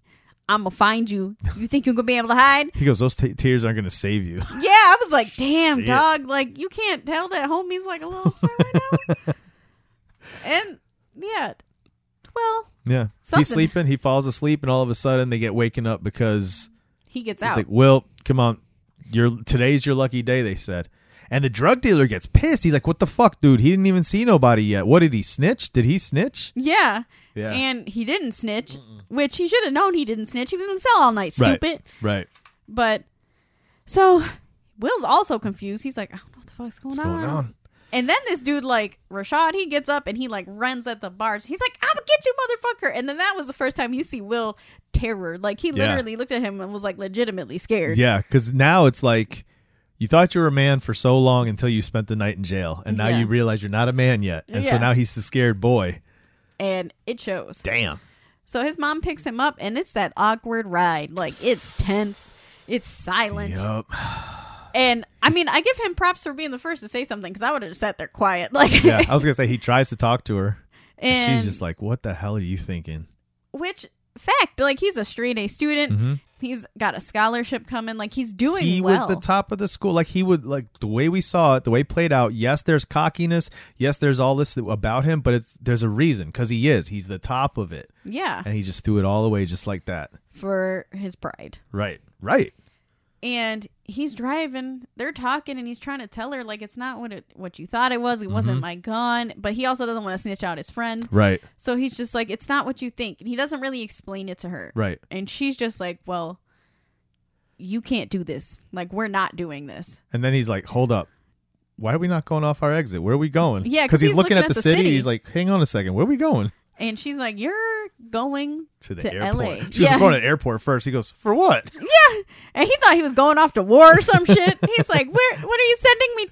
Speaker 2: I'm going to find you. You think you're going to be able to hide?
Speaker 1: He goes, "Those t- tears aren't going to save you."
Speaker 2: Yeah, I was like, damn,
Speaker 1: Shit.
Speaker 2: dog. Like, you can't tell that homie's like a little upset right now. and yeah, well,
Speaker 1: yeah,
Speaker 2: Something.
Speaker 1: he's sleeping. He falls asleep, and all of a sudden, they get waken up because
Speaker 2: he gets
Speaker 1: It's
Speaker 2: out.
Speaker 1: like, Will, come on. Your today's your lucky day, they said. And the drug dealer gets pissed. He's like, What the fuck, dude? He didn't even see nobody yet. What did he snitch? Did he snitch?
Speaker 2: yeah.
Speaker 1: Yeah.
Speaker 2: And he didn't snitch, which he should have known he didn't snitch. He was in the cell all night, stupid.
Speaker 1: Right.
Speaker 2: But so Will's also confused. He's like, I don't know what the fuck's going,
Speaker 1: What's going on?
Speaker 2: And then this dude, like Rashad, he gets up and he like runs at the bars. He's like, "I'ma get you, motherfucker!" And then that was the first time you see Will terror. Like he
Speaker 1: Yeah.
Speaker 2: literally looked at him and was like legitimately scared.
Speaker 1: Yeah, because now it's like you thought you were a man for so long until you spent the night in jail. And now
Speaker 2: Yeah.
Speaker 1: you realize you're not a man yet. And so
Speaker 2: Yeah.
Speaker 1: now he's the scared boy.
Speaker 2: And it shows.
Speaker 1: Damn.
Speaker 2: So his mom picks him up, and it's that awkward ride. Like it's tense. It's silent.
Speaker 1: Yup.
Speaker 2: And I mean, I give him props for being the first to say something because I would have just sat there quiet. Like,
Speaker 1: Yeah. I was gonna say he tries to talk to her.
Speaker 2: and
Speaker 1: She's just like, What the hell are you thinking?
Speaker 2: which fact, like, he's a straight A student. He's got a scholarship coming. Like he's doing
Speaker 1: Mm-hmm. he
Speaker 2: well.
Speaker 1: was the top of the school like he would like the way we saw it the way it played out yes there's cockiness yes there's all this about him but it's there's a reason because he is he's the top of it
Speaker 2: yeah,
Speaker 1: and he just threw it all away just like that
Speaker 2: for his pride.
Speaker 1: right right
Speaker 2: and he's driving they're talking and he's trying to tell her like it's not what it what you thought it was it
Speaker 1: Mm-hmm.
Speaker 2: wasn't my gun but he also doesn't want to snitch out his friend
Speaker 1: right
Speaker 2: so he's just like it's not what you think and he doesn't really explain it to her
Speaker 1: Right.
Speaker 2: and she's just like well you can't do this like we're not doing this
Speaker 1: and then he's like hold up why are we not going off our exit where are we going
Speaker 2: Yeah,
Speaker 1: because he's, looking, at, the, city. he's like hang on a second where are we going
Speaker 2: and she's like you're going
Speaker 1: to the airport
Speaker 2: la
Speaker 1: she goes, "We're going to the airport first he goes for what
Speaker 2: and he thought he was going off to war or some shit he's like where what are you sending me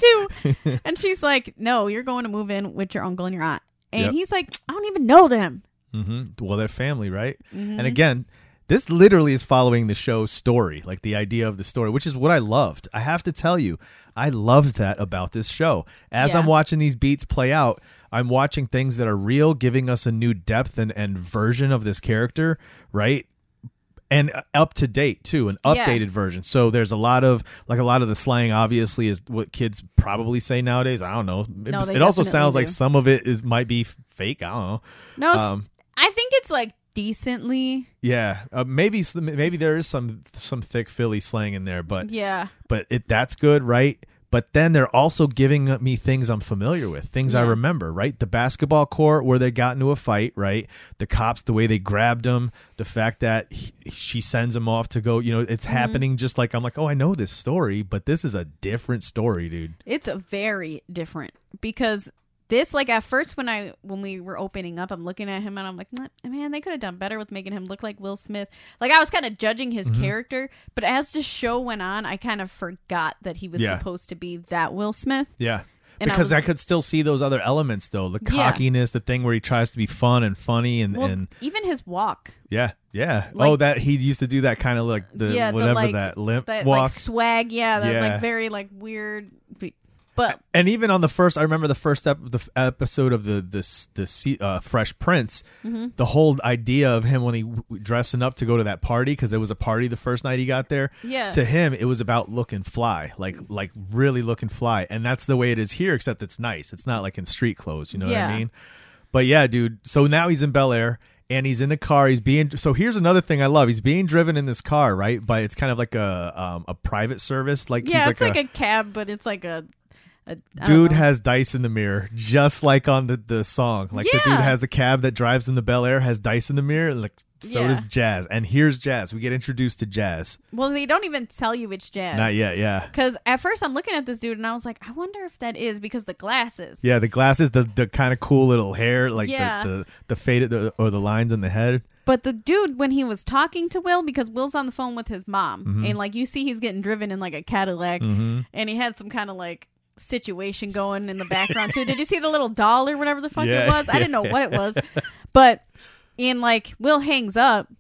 Speaker 2: to and she's like no you're going to move in with your uncle and your aunt and
Speaker 1: Yep.
Speaker 2: he's like i don't even know them
Speaker 1: hmm Well, they're family, right?
Speaker 2: Mm-hmm.
Speaker 1: And again, this literally is following the show's story, like the idea of the story, which is what I loved. I have to tell you, I loved that about this show. As
Speaker 2: Yeah.
Speaker 1: I'm watching these beats play out, I'm watching things that are real, giving us a new depth and, and version of this character, right? and uh, up to date too an
Speaker 2: Yeah.
Speaker 1: updated version so there's a lot of like a lot of the slang obviously is what kids probably say nowadays i don't know it,
Speaker 2: No, they
Speaker 1: it also
Speaker 2: definitely
Speaker 1: sounds like
Speaker 2: do.
Speaker 1: some of it is might be f- fake i don't know
Speaker 2: No, s-
Speaker 1: Um,
Speaker 2: I think it's like decently.
Speaker 1: yeah uh, maybe s- maybe there is some some thick philly slang in there but
Speaker 2: Yeah.
Speaker 1: but it that's good right but then they're also giving me things I'm familiar with, things I
Speaker 2: Yeah.
Speaker 1: remember, right? The basketball court where they got into a fight, right? The cops, the way they grabbed him, the fact that he, she sends him off to go, you know, it's
Speaker 2: Mm-hmm.
Speaker 1: happening just like I'm like, oh, I know this story, but this is a different story, dude.
Speaker 2: It's a very different because this like at first when I when we were opening up, I'm looking at him and I'm like, "Nah, man, they could have done better with making him look like Will Smith. Like I was kind of judging his
Speaker 1: Mm-hmm.
Speaker 2: character, but as the show went on, I kind of forgot that he was
Speaker 1: Yeah.
Speaker 2: supposed to be that Will Smith.
Speaker 1: Yeah.
Speaker 2: And I
Speaker 1: because I,
Speaker 2: was-
Speaker 1: could still see those other elements though the
Speaker 2: Yeah.
Speaker 1: cockiness, the thing where he tries to be fun and funny and,
Speaker 2: Well,
Speaker 1: and
Speaker 2: even his walk,
Speaker 1: Yeah, yeah.
Speaker 2: Like-
Speaker 1: oh, that he used to do that kind of like the
Speaker 2: yeah,
Speaker 1: whatever
Speaker 2: the, like,
Speaker 1: that limp
Speaker 2: that,
Speaker 1: walk.
Speaker 2: like swag, yeah, that
Speaker 1: Yeah.
Speaker 2: like very like weird, but
Speaker 1: and even on the first, I remember the first ep- the f- episode of the this the se- uh, Fresh Prince.
Speaker 2: Mm-hmm.
Speaker 1: The whole idea of him when he w- w- dressing up to go to that party because there was a party the first night he got there.
Speaker 2: Yeah.
Speaker 1: To him, it was about looking fly, like like really looking fly, and that's the way it is here. Except it's nice. It's not like in street clothes. You know what I
Speaker 2: Yeah.
Speaker 1: mean? But yeah, dude. So now he's in Bel Air and he's in the car. He's being so here's another thing I love. He's being driven in this car, right? But it's kind of like a um, a private service. Like
Speaker 2: yeah,
Speaker 1: he's
Speaker 2: it's like, a, cab, but it's like a, a I don't
Speaker 1: dude
Speaker 2: know.
Speaker 1: has dice in the mirror, just like on the the song. Like the dude
Speaker 2: Yeah.
Speaker 1: has the cab that drives him to Bel Air has dice in the mirror. and, Like so
Speaker 2: Yeah.
Speaker 1: does Jazz. And here's Jazz. We get introduced to Jazz.
Speaker 2: Well, they don't even tell you it's jazz.
Speaker 1: Not yet. Yeah.
Speaker 2: Because at first I'm looking at this dude and I was like, I wonder if that is because the glasses.
Speaker 1: Yeah, the glasses, the, the kind of cool little hair, like
Speaker 2: Yeah.
Speaker 1: the, the the faded the, or the lines in the head.
Speaker 2: But the dude, when he was talking to Will, because Will's on the phone with his mom,
Speaker 1: Mm-hmm.
Speaker 2: and like you see he's getting driven in like a Cadillac, and he had some kind of like situation going in the background too. Did you see the little doll or whatever the fuck
Speaker 1: Yeah,
Speaker 2: it was? I didn't know what it was. But and like Will hangs up,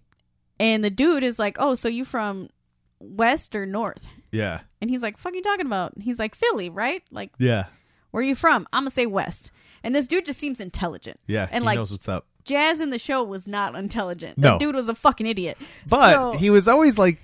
Speaker 2: and the dude is like, "Oh, so you from west or north?"
Speaker 1: Yeah.
Speaker 2: And he's like, "Fuck you talking about?" And he's like, "Philly, right?" Like
Speaker 1: Yeah.
Speaker 2: Where you from? I'm gonna say West. And this dude just seems intelligent.
Speaker 1: Yeah.
Speaker 2: And
Speaker 1: he
Speaker 2: like
Speaker 1: knows what's up.
Speaker 2: Jazz in the show was not intelligent.
Speaker 1: No.
Speaker 2: That dude was a fucking idiot.
Speaker 1: But
Speaker 2: So-
Speaker 1: he was always like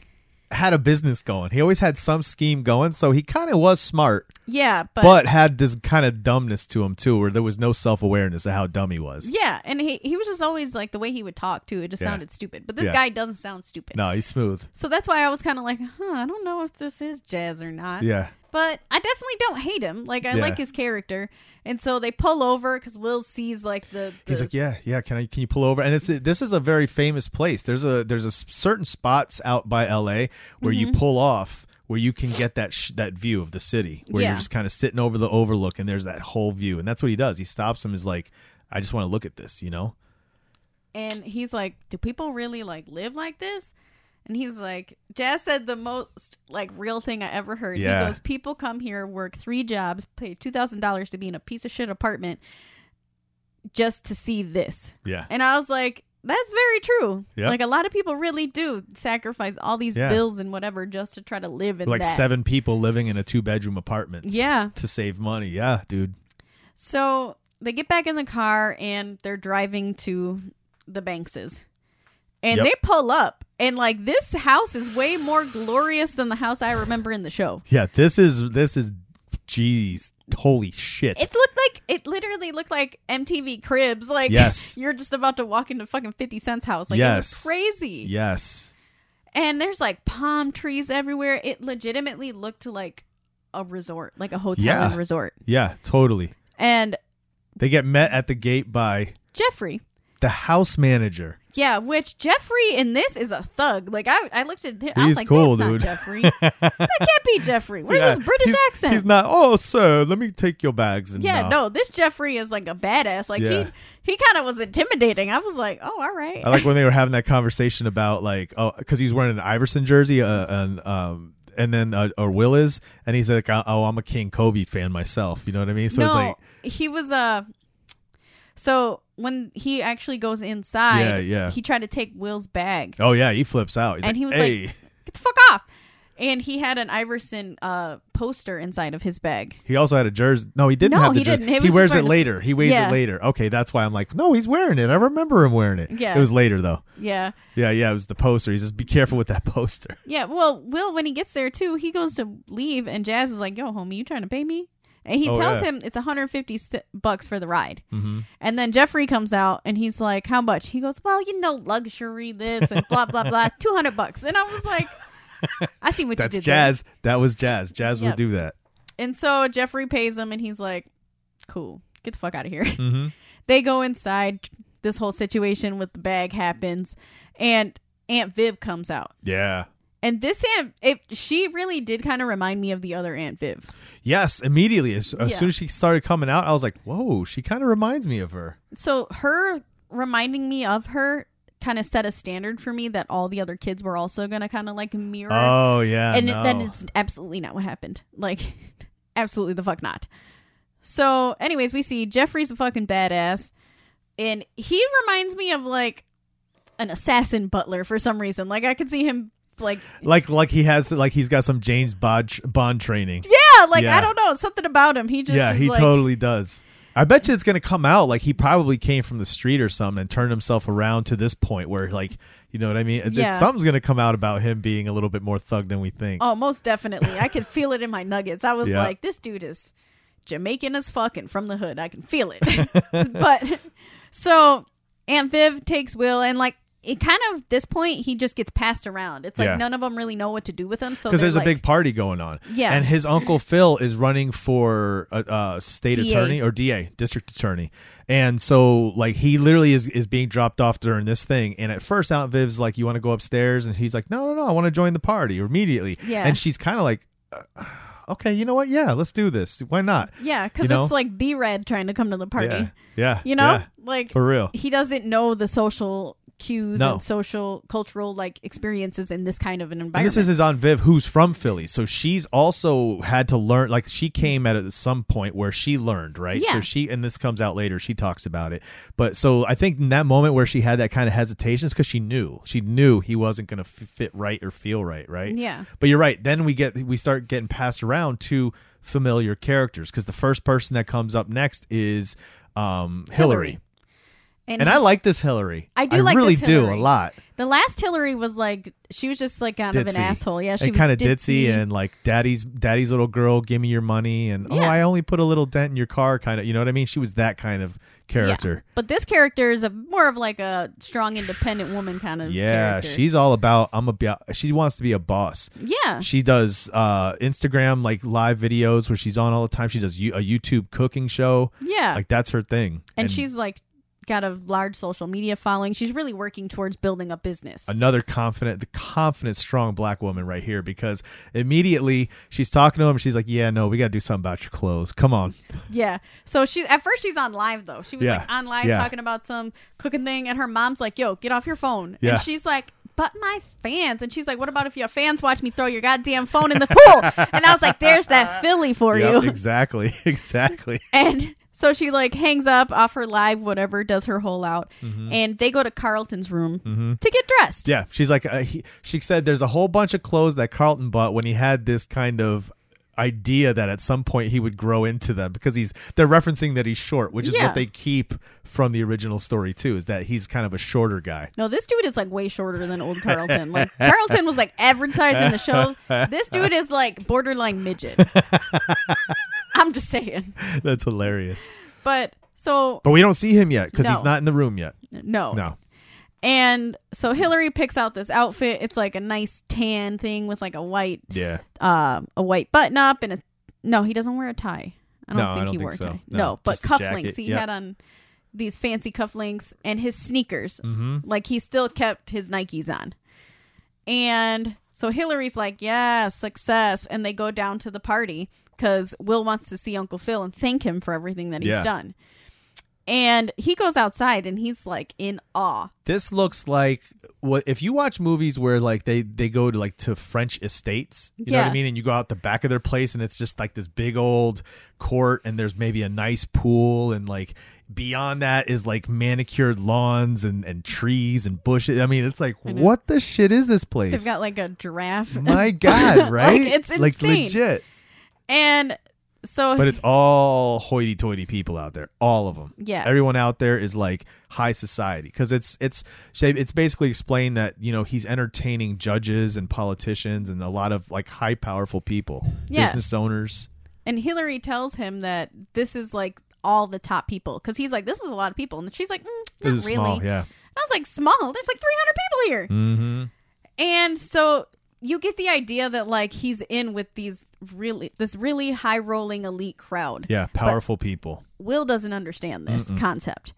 Speaker 1: had a business going. He always had some scheme going, so he kind of was smart,
Speaker 2: yeah, but,
Speaker 1: but, had this kind of dumbness to him too, where there was no self awareness of how dumb he was.
Speaker 2: yeah, and he he was just always like the way he would talk too. It just
Speaker 1: Yeah.
Speaker 2: sounded stupid. But this
Speaker 1: Yeah.
Speaker 2: guy doesn't sound stupid.
Speaker 1: No, he's smooth.
Speaker 2: So that's why I was kind of like, huh, I don't know if this is Jazz or not.
Speaker 1: Yeah,
Speaker 2: But I definitely don't hate him. Like I
Speaker 1: Yeah.
Speaker 2: like his character. And so they pull over because Will sees like the, the
Speaker 1: he's like, yeah, yeah. Can I? Can you pull over? And it's this is a very famous place. There's a there's a s- certain spots out by L.A. where you
Speaker 2: Mm-hmm.
Speaker 1: pull off. Where you can get that sh- that view of the city, where
Speaker 2: Yeah.
Speaker 1: you're just kind of sitting over the overlook, and there's that whole view, and that's what he does. He stops him, is like, "I just want to look at this," you know.
Speaker 2: and he's like, "Do people really like live like this?" And he's like, "Jazz said the most like real thing I ever heard."
Speaker 1: Yeah.
Speaker 2: He goes, "People come here, work three jobs, pay two thousand dollars to be in a piece of shit apartment, just to see this."
Speaker 1: Yeah,
Speaker 2: And I was like, "That's very true.
Speaker 1: Yep.
Speaker 2: Like a lot of people really do sacrifice all these
Speaker 1: Yeah.
Speaker 2: bills and whatever just to try to live in
Speaker 1: like
Speaker 2: that."
Speaker 1: seven people living in a two bedroom apartment
Speaker 2: Yeah.
Speaker 1: to save money. Yeah, dude.
Speaker 2: So they get back in the car and they're driving to the Bankses. And
Speaker 1: Yep.
Speaker 2: they pull up And like this house is way more glorious than the house I remember in the show.
Speaker 1: Yeah, this is this is jeez, holy shit.
Speaker 2: It looked like it literally looked like MTV Cribs. Like
Speaker 1: Yes.
Speaker 2: you're just about to walk into fucking Fifty Cent's house. Like it
Speaker 1: Yes.
Speaker 2: was crazy.
Speaker 1: yes.
Speaker 2: And there's like palm trees everywhere. It legitimately looked like a resort, like a hotel
Speaker 1: Yeah.
Speaker 2: and resort.
Speaker 1: Yeah, totally.
Speaker 2: And
Speaker 1: They get met at the gate by
Speaker 2: Jeffrey,
Speaker 1: the house manager.
Speaker 2: yeah, which Jeffrey in this is a thug. Like I, I looked at him. I
Speaker 1: He's
Speaker 2: was like,
Speaker 1: cool,
Speaker 2: That's
Speaker 1: dude."
Speaker 2: Not Jeffrey, that can't be Jeffrey. Where's
Speaker 1: Yeah,
Speaker 2: his British
Speaker 1: he's-
Speaker 2: accent?
Speaker 1: He's not. Oh, sir, let me take your bags. And
Speaker 2: yeah,
Speaker 1: uh,
Speaker 2: no. this Jeffrey is like a badass. Like
Speaker 1: Yeah.
Speaker 2: he, he kind of was intimidating. I was like, oh, all right.
Speaker 1: I like when they were having that conversation about like, oh, because he's wearing an Iverson jersey, uh, and um, and then uh, or Will is, and he's like, oh, I'm a King Kobe fan myself. You know what I mean? So it's like,
Speaker 2: he was Uh, so when he actually goes inside,
Speaker 1: Yeah, yeah.
Speaker 2: he tried to take Will's bag,
Speaker 1: oh yeah, he flips out. He's like,
Speaker 2: and he was
Speaker 1: hey,
Speaker 2: like, "Get the fuck off!" And he had an Iverson uh, poster inside of his bag.
Speaker 1: he also had a jersey. No, he didn't
Speaker 2: No,
Speaker 1: have the
Speaker 2: he
Speaker 1: jersey.
Speaker 2: didn't. He was
Speaker 1: He
Speaker 2: just
Speaker 1: wears it
Speaker 2: wearing a-
Speaker 1: later. He wears
Speaker 2: Yeah.
Speaker 1: it later. Okay, that's why I'm like, no, he's wearing it. I remember him wearing it.
Speaker 2: Yeah.
Speaker 1: it was later though.
Speaker 2: Yeah,
Speaker 1: Yeah, yeah, it was the poster. He says, be careful with that poster.
Speaker 2: yeah. Well, Will when he gets there too, he goes to leave, and Jazz is like, "Yo, homie, you trying to pay me?" And he
Speaker 1: Oh,
Speaker 2: tells
Speaker 1: yeah.
Speaker 2: him it's 150 st- bucks for the ride. Mm-hmm. And then Jeffrey comes out and he's like, "How much?" He goes, "Well, you know, luxury this and blah blah blah, 200 bucks." And I was like, "I see what you
Speaker 1: That's
Speaker 2: did." there.
Speaker 1: jazz. That was jazz. Jazz will
Speaker 2: Yep.
Speaker 1: do that.
Speaker 2: And so Jeffrey pays him and he's like, cool, get the fuck out of here.
Speaker 1: Mm-hmm.
Speaker 2: they go inside. This whole situation with the bag happens. And Aunt Viv comes out.
Speaker 1: Yeah.
Speaker 2: And this Aunt, it, she really did kind of remind me of the other Aunt Viv.
Speaker 1: Yes, immediately. As, as
Speaker 2: Yeah.
Speaker 1: soon as she started coming out, I was like, whoa, she kind of reminds me of her.
Speaker 2: So her reminding me of her kind of set a standard for me that all the other kids were also going to kind of like mirror.
Speaker 1: Oh, yeah.
Speaker 2: and
Speaker 1: no.
Speaker 2: it- that is absolutely not what happened. Like, absolutely the fuck not. So, anyways, we see Jeffrey's a fucking badass, and he reminds me of like an assassin butler for some reason. Like, I could see him like,
Speaker 1: like like he has like he's got some James Bond Bond training. Yeah,
Speaker 2: yeah, like
Speaker 1: Yeah.
Speaker 2: I don't know, something about him. He just is,
Speaker 1: he
Speaker 2: like,
Speaker 1: totally does. I bet you it's gonna come out like he probably came from the street or something and turned himself around to this point where like you know what I mean. It- it-
Speaker 2: Yeah.
Speaker 1: something's gonna come out about him being a little bit more thug than we think.
Speaker 2: Oh, most definitely, I could feel it in my nuggets. I was
Speaker 1: Yeah.
Speaker 2: like, this dude is Jamaican as fuck and from the hood. I can feel it. but so Aunt Viv takes Will and like it kind of this point he just gets passed around. It's like
Speaker 1: Yeah.
Speaker 2: none of them really know what to do with him. So
Speaker 1: because
Speaker 2: they're
Speaker 1: there's
Speaker 2: like-
Speaker 1: a big party going on.
Speaker 2: Yeah.
Speaker 1: and his uncle Phil is running for uh, uh, state
Speaker 2: DA.
Speaker 1: attorney or DA, district attorney, and so like he literally is is being dropped off during this thing. And at first, Aunt Viv's like, "You want to go upstairs?" And he's like, "No, no, no, I want to join the party immediately."
Speaker 2: Yeah.
Speaker 1: and she's kind of like, uh, "Okay, you know what? Yeah, let's do this. Why not?"
Speaker 2: yeah, because
Speaker 1: you know?
Speaker 2: it's like B Red trying to come to the party.
Speaker 1: Yeah, yeah,
Speaker 2: You know,
Speaker 1: yeah.
Speaker 2: like
Speaker 1: for real.
Speaker 2: he doesn't know the social cues
Speaker 1: No.
Speaker 2: and social cultural like experiences in this kind of an environment.
Speaker 1: And this is his aunt Viv, who's from Philly, so she's also had to learn. Like she came at a- some point where she learned, right? So
Speaker 2: Yeah.
Speaker 1: she, and this comes out later. She talks about it, but so I think in that moment where she had that kind of hesitations, because she knew she knew he wasn't going to f- fit right or feel right, right?
Speaker 2: Yeah.
Speaker 1: But you're right. Then we get we start getting passed around to familiar characters because the first person that comes up next is um Hillary,
Speaker 2: Hillary.
Speaker 1: and I like this Hillary.
Speaker 2: I do like
Speaker 1: really
Speaker 2: this
Speaker 1: do a
Speaker 2: Hillary.
Speaker 1: lot.
Speaker 2: The last Hillary was like she was just like kind of an
Speaker 1: Ditzy.
Speaker 2: asshole. Yeah, she
Speaker 1: and
Speaker 2: was
Speaker 1: kind of ditzy. and like daddy's daddy's little girl, give me your money, and oh,
Speaker 2: Yeah.
Speaker 1: I only put a little dent in your car, kind of. You know what I mean? She was that kind of character.
Speaker 2: But this character is a more of like a strong, independent woman kind of.
Speaker 1: Yeah,
Speaker 2: character.
Speaker 1: she's all about. I'm a. be- She wants to be a boss.
Speaker 2: Yeah,
Speaker 1: She does uh, Instagram like live videos where she's on all the time. She does you- a YouTube cooking show.
Speaker 2: yeah,
Speaker 1: Like that's her thing.
Speaker 2: and, she's like got a large social media following. She's really working towards building a business.
Speaker 1: another confident the confident strong black woman right here because immediately she's talking to him she's like yeah no we got to do something about your clothes come on
Speaker 2: yeah. So she at first she's on live though. She was
Speaker 1: Yeah.
Speaker 2: like on live
Speaker 1: Yeah.
Speaker 2: talking about some cooking thing, and her mom's like, "Yo, get off your phone."
Speaker 1: Yeah.
Speaker 2: And she's like. But my fans, and she's like, "What about if your fans watch me throw your goddamn phone in the pool?" And I was like, "There's that Philly for
Speaker 1: Yep,
Speaker 2: you."
Speaker 1: exactly exactly
Speaker 2: And so she like hangs up off her live, whatever, does her whole out, and they go to Carlton's room to get dressed.
Speaker 1: Mm-hmm. Yeah, she's like, uh, he, she said, there's a whole bunch of clothes that Carlton bought when he had this kind of idea that at some point he would grow into them because he's they're referencing that he's short, which is
Speaker 2: Yeah.
Speaker 1: what they keep from the original story too, is that he's kind of a shorter guy.
Speaker 2: No, this dude is like way shorter than old Carlton. Like Carlton was like advertising the show. This dude is like borderline midget. I'm just saying.
Speaker 1: That's hilarious.
Speaker 2: But so
Speaker 1: But we don't see him yet because he's
Speaker 2: No.
Speaker 1: not in the room yet.
Speaker 2: no.
Speaker 1: No.
Speaker 2: And so Hillary picks out this outfit. It's like a nice tan thing with like a white
Speaker 1: Yeah.
Speaker 2: um a white button up and a no, he doesn't wear a tie. I don't
Speaker 1: No, I
Speaker 2: think
Speaker 1: don't
Speaker 2: he
Speaker 1: think
Speaker 2: wore
Speaker 1: so.
Speaker 2: a tie.
Speaker 1: No,
Speaker 2: No, but
Speaker 1: just the
Speaker 2: cufflinks.
Speaker 1: jacket.
Speaker 2: He
Speaker 1: Yep.
Speaker 2: had on these fancy cufflinks and his sneakers.
Speaker 1: Mm-hmm.
Speaker 2: Like he still kept his Nikes on. And so Hillary's like, yeah, success. And they go down to the party because Will wants to see Uncle Phil and thank him for everything that he's
Speaker 1: Yeah.
Speaker 2: done. And he goes outside and he's like in awe.
Speaker 1: This looks like what if you watch movies where like they they go to like to French estates, you know what
Speaker 2: Yeah.
Speaker 1: I mean, and you go out the back of their place and it's just like this big old court and there's maybe a nice pool and like beyond that is like manicured lawns and and trees and bushes. I mean, it's like
Speaker 2: know.
Speaker 1: what the shit is this
Speaker 2: They've
Speaker 1: place?
Speaker 2: got like a giraffe.
Speaker 1: My god, right?
Speaker 2: it's
Speaker 1: like
Speaker 2: insane.
Speaker 1: legit.
Speaker 2: and so
Speaker 1: But it's all hoity-toity people out there, all of them.
Speaker 2: Yeah.
Speaker 1: everyone out there is like high society because it's it's Shay, it's basically explained that you know he's entertaining judges and politicians and a lot of like high powerful people,
Speaker 2: Yeah.
Speaker 1: business owners.
Speaker 2: And Hillary tells him that this is like all the top people because he's like, this is a lot of people, and she's like, mm, not
Speaker 1: This is
Speaker 2: really.
Speaker 1: small, yeah.
Speaker 2: And I was like, small. There's like 300 people here,
Speaker 1: Mm-hmm.
Speaker 2: and so you get the idea that like he's in with these really this really high rolling elite crowd.
Speaker 1: Yeah, powerful people.
Speaker 2: Will doesn't understand this concept.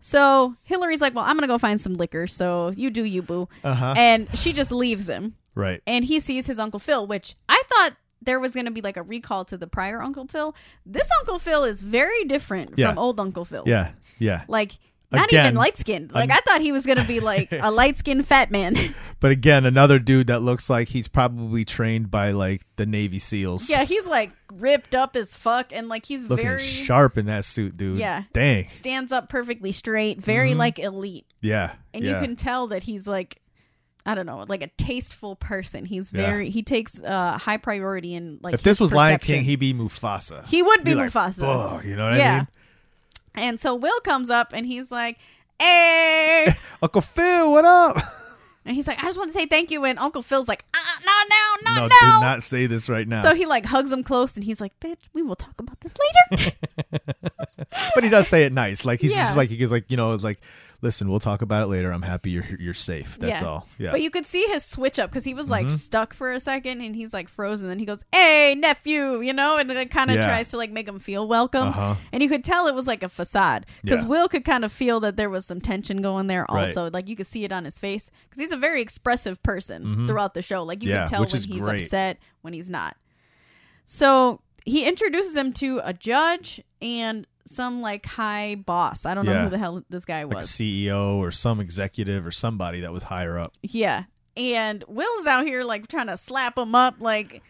Speaker 2: So Hillary's like, well, I'm gonna go find some liquor. So you do you, boo.
Speaker 1: Uh-huh.
Speaker 2: And she just leaves him,
Speaker 1: Right.
Speaker 2: and he sees his uncle Phil, which I thought there was going to be like a recall to the prior Uncle Phil. This Uncle Phil is very different
Speaker 1: Yeah.
Speaker 2: from old Uncle Phil.
Speaker 1: Yeah. Yeah.
Speaker 2: Like not
Speaker 1: Again,
Speaker 2: even light skinned. Like
Speaker 1: an-
Speaker 2: I thought he was going to be like a light skinned fat man.
Speaker 1: But again, another dude that looks like he's probably trained by like the Navy SEALs.
Speaker 2: yeah, he's like ripped up as fuck and like he's
Speaker 1: Looking
Speaker 2: very
Speaker 1: sharp in that suit, dude.
Speaker 2: Yeah.
Speaker 1: Dang.
Speaker 2: stands up perfectly straight, very like elite.
Speaker 1: Yeah.
Speaker 2: And
Speaker 1: Mm-hmm. yeah.
Speaker 2: you can tell that he's like I don't know, like a tasteful person. He's
Speaker 1: Yeah.
Speaker 2: very he takes uh high priority in like
Speaker 1: if this
Speaker 2: his
Speaker 1: was Lion
Speaker 2: perception.
Speaker 1: King, he'd be Mufasa.
Speaker 2: He would be
Speaker 1: like,
Speaker 2: Mufasa.
Speaker 1: "Oh," you know what I
Speaker 2: Yeah.
Speaker 1: mean?
Speaker 2: And so Will comes up and he's like, "Hey!"
Speaker 1: Uncle Phil, what up?
Speaker 2: and he's like, "I just want to say thank you." And Uncle Phil's like, uh, "No, no,
Speaker 1: no,
Speaker 2: no, no!"
Speaker 1: do not say this right now.
Speaker 2: so he like hugs him close and he's like, "Bitch, we will talk about this later."
Speaker 1: but he does say it nice. Like he's
Speaker 2: Yeah.
Speaker 1: just like he goes like you know like listen, we'll talk about it later. I'm happy you're you're safe. That's all. Yeah. Mm-hmm.
Speaker 2: But you could see his switch up because he was like stuck for a second and he's like frozen. Then he goes, "Hey, nephew," you know, and it kind of
Speaker 1: Yeah.
Speaker 2: tries to like make him feel welcome.
Speaker 1: Uh-huh.
Speaker 2: And you could tell it was like a facade because
Speaker 1: Yeah.
Speaker 2: Will could kind of feel that there was some tension going there.
Speaker 1: Right.
Speaker 2: Also, like you could see it on his face because he's a very expressive person throughout the show. Like you
Speaker 1: Mm-hmm. Yeah,
Speaker 2: can tell
Speaker 1: which
Speaker 2: when
Speaker 1: is
Speaker 2: he's
Speaker 1: great.
Speaker 2: upset, when he's not. So he introduces him to a judge and some like high boss. I don't know
Speaker 1: Yeah.
Speaker 2: who the hell this guy
Speaker 1: like a
Speaker 2: was.
Speaker 1: CEO or some executive or somebody that was higher up.
Speaker 2: Yeah. And Will's out here like trying to slap him up, like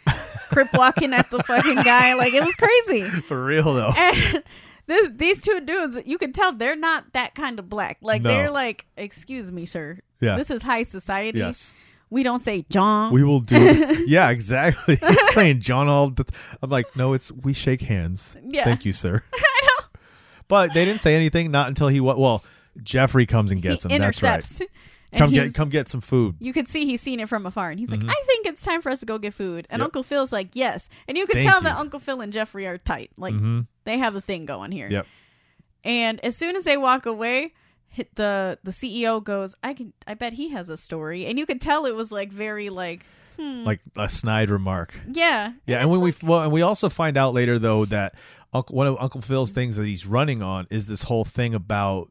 Speaker 2: crip walking at the fucking guy. Like it was crazy.
Speaker 1: For real though.
Speaker 2: And this these two dudes, you could tell they're not that kind of black. Like
Speaker 1: No.
Speaker 2: they're like, excuse me, sir.
Speaker 1: Yeah.
Speaker 2: This is high society.
Speaker 1: Yes.
Speaker 2: We don't say John.
Speaker 1: We will do. yeah, exactly. He's saying John all. The I'm like, no, it's we shake hands.
Speaker 2: Yeah.
Speaker 1: Thank you, sir. I know. But they didn't say anything. Not until he wa- well, Jeffrey comes and gets
Speaker 2: he
Speaker 1: him. That's right.
Speaker 2: intercepts. And
Speaker 1: Come
Speaker 2: he's-
Speaker 1: get come get some food.
Speaker 2: You could see he's seen it from afar, and he's like, "I think it's time for us to go get food." And
Speaker 1: Yep.
Speaker 2: Uncle Phil's like, "Yes," and you could
Speaker 1: Thank
Speaker 2: tell
Speaker 1: you. Mm-hmm.
Speaker 2: that Uncle Phil and Jeffrey are tight. Like they have a thing going here.
Speaker 1: Yep.
Speaker 2: And as soon as they walk away, hit the the CEO goes, "I can, I bet he has a story." And you could tell it was like very like, Hmm.
Speaker 1: Like a snide remark.
Speaker 2: yeah,
Speaker 1: Yeah, and when we well, and we also find out later though that Uncle, one of Uncle Phil's things that he's running on is this whole thing about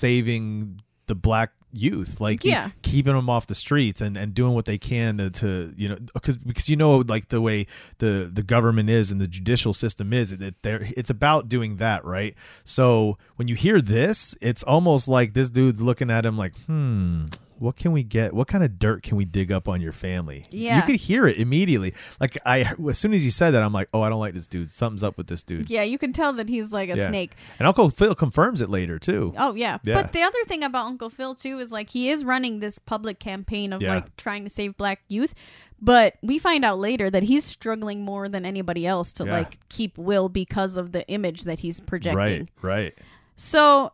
Speaker 1: saving the black youth, like he-
Speaker 2: Yeah.
Speaker 1: keeping them off the streets and, and doing what they can to, to you know because because you know like the way the the government is and the judicial system is that there it's about doing that right. So when you hear this, it's almost like this dude's looking at him like, hmm, what can we get? What kind of dirt can we dig up on your family?
Speaker 2: Yeah.
Speaker 1: you could hear it immediately. Like I, as soon as he said that, I'm like, oh, I don't like this dude. Something's up with this dude.
Speaker 2: Yeah, you can tell that he's like a
Speaker 1: Yeah.
Speaker 2: snake.
Speaker 1: And Uncle Phil confirms it later too.
Speaker 2: Oh yeah.
Speaker 1: Yeah.
Speaker 2: But the other thing about Uncle Phil too is like he is running this public campaign of
Speaker 1: Yeah.
Speaker 2: like trying to save black youth, but we find out later that he's struggling more than anybody else to
Speaker 1: Yeah.
Speaker 2: like keep will because of the image that he's projecting.
Speaker 1: right, right.
Speaker 2: So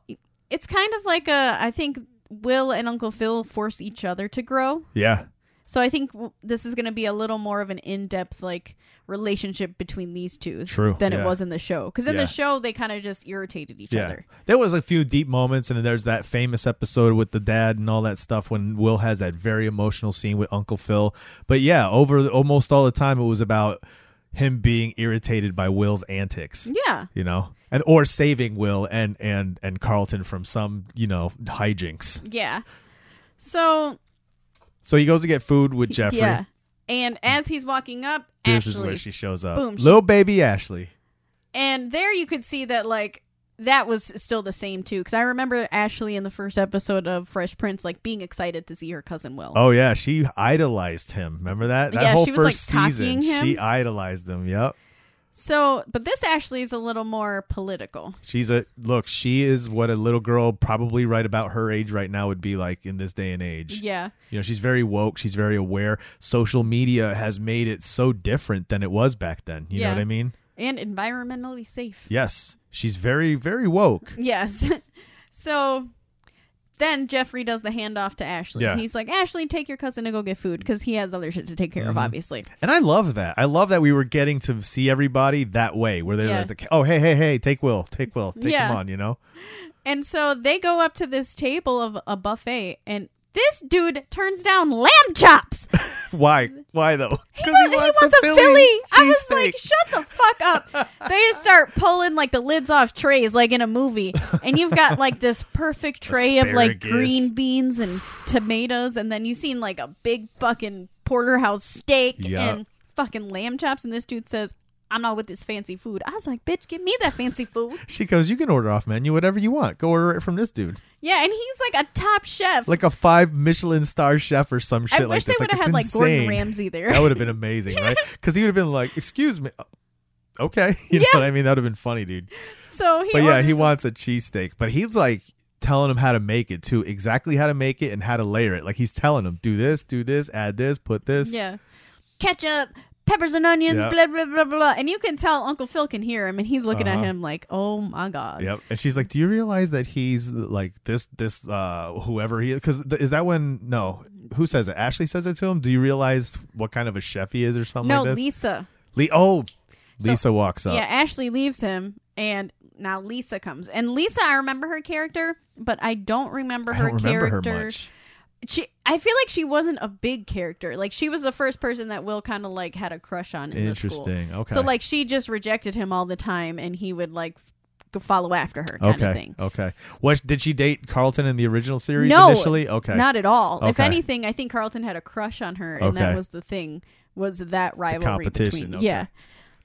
Speaker 2: it's kind of like a I think Will and Uncle Phil force each other to grow.
Speaker 1: Yeah,
Speaker 2: So I think w- this is going to be a little more of an in-depth like relationship between these two
Speaker 1: True,
Speaker 2: than
Speaker 1: yeah.
Speaker 2: it was in the show. Because in
Speaker 1: Yeah.
Speaker 2: the show they kind of just irritated each
Speaker 1: yeah.
Speaker 2: other.
Speaker 1: There was a few deep moments, and then there's that famous episode with the dad and all that stuff when Will has that very emotional scene with Uncle Phil. But yeah, over almost all the time, it was about him being irritated by Will's antics.
Speaker 2: Yeah.
Speaker 1: you know and or saving will and and and carlton from some you know hijinks
Speaker 2: Yeah. So
Speaker 1: so he goes to get food with jeffrey
Speaker 2: yeah. And as he's walking up,
Speaker 1: this
Speaker 2: Ashley,
Speaker 1: is where she shows up
Speaker 2: Boom, she- Oh.
Speaker 1: little baby ashley
Speaker 2: and there you could see that like that was still the same too. Because I remember Ashley in the first episode of Fresh Prince like being excited to see her cousin Will.
Speaker 1: oh yeah she idolized him remember that that
Speaker 2: Yeah,
Speaker 1: whole
Speaker 2: she was, like,
Speaker 1: first season
Speaker 2: copying him.
Speaker 1: she idolized him yep
Speaker 2: So, but this Ashley is a little more political.
Speaker 1: she's a look she is what a little girl probably right about her age right now would be like in this day and age
Speaker 2: Yeah.
Speaker 1: You know, she's very woke. She's very aware. Social media has made it so different than it was back then. You
Speaker 2: Yeah.
Speaker 1: know what I mean?
Speaker 2: And environmentally safe.
Speaker 1: Yes. She's very, very woke.
Speaker 2: Yes. so then Jeffrey does the handoff to Ashley.
Speaker 1: Yeah.
Speaker 2: He's like, Ashley, take your cousin to go get food because he has other shit to take care of, obviously.
Speaker 1: And I love that. I love that we were getting to see everybody that way, where they
Speaker 2: Yeah.
Speaker 1: was like, "Oh, hey, hey, hey, take Will, take Will, take
Speaker 2: Yeah.
Speaker 1: him on," you know.
Speaker 2: And so they go up to this table of a buffet, and this dude turns down lamb chops.
Speaker 1: Why? Why though? Because
Speaker 2: He wants a Philly. I was like, shut the fuck up. they just start pulling like the lids off trays, like in a movie. And you've got like this perfect tray of like
Speaker 1: Asparagus.
Speaker 2: green beans and tomatoes, and then you've seen like a big fucking porterhouse steak
Speaker 1: Yeah.
Speaker 2: and fucking lamb chops. And this dude says, "I'm not with this fancy food." I was like, "Bitch, give me that fancy food."
Speaker 1: she goes, "You can order off menu whatever you want. Go order it from this dude,
Speaker 2: yeah, and he's like a top chef.
Speaker 1: like a five Michelin star chef or some shit
Speaker 2: I
Speaker 1: like
Speaker 2: wish
Speaker 1: this."
Speaker 2: they would have
Speaker 1: it's
Speaker 2: had like Gordon
Speaker 1: insane.
Speaker 2: Ramsay there.
Speaker 1: That would have been amazing, right? Because he would have been like, "Excuse me." Uh, Okay, you know what I mean. That would have been funny, dude.
Speaker 2: so he
Speaker 1: but yeah, he
Speaker 2: orders-
Speaker 1: wants a cheesesteak, but he's like telling him how to make it too, exactly how to make it and how to layer it. Like he's telling him, do this, do this, add this, put this.
Speaker 2: Yeah. Ketchup, peppers and onions,
Speaker 1: Yeah.
Speaker 2: blah, blah, blah, blah. And you can tell Uncle Phil can hear him and he's looking
Speaker 1: Uh-huh.
Speaker 2: at him like, oh my God.
Speaker 1: Yep. And she's like, "Do you realize that he's like this this uh whoever he is cuz th- is that when no, who says it? Ashley says it to him. Do you realize what kind of a chef he is or something
Speaker 2: No,
Speaker 1: like this?"
Speaker 2: Lisa.
Speaker 1: Le- oh. Lisa walks up.
Speaker 2: Yeah, Ashley leaves him and now Lisa comes. And Lisa, I remember her character, but I don't remember
Speaker 1: I
Speaker 2: her
Speaker 1: don't remember
Speaker 2: character.
Speaker 1: her much.
Speaker 2: She I feel like she wasn't a big character. Like she was the first person that Will kind of like had a crush on in the school.
Speaker 1: Interesting. Okay.
Speaker 2: So like she just rejected him all the time and he would like go follow after her kind
Speaker 1: okay.
Speaker 2: of thing.
Speaker 1: Okay. What did she date Carlton in the original series
Speaker 2: no,
Speaker 1: initially? Okay.
Speaker 2: Not at all. If
Speaker 1: Okay.
Speaker 2: anything, I think Carlton had a crush on her, and
Speaker 1: Okay.
Speaker 2: that was the thing was that rivalry
Speaker 1: competition,
Speaker 2: between.
Speaker 1: okay.
Speaker 2: Yeah,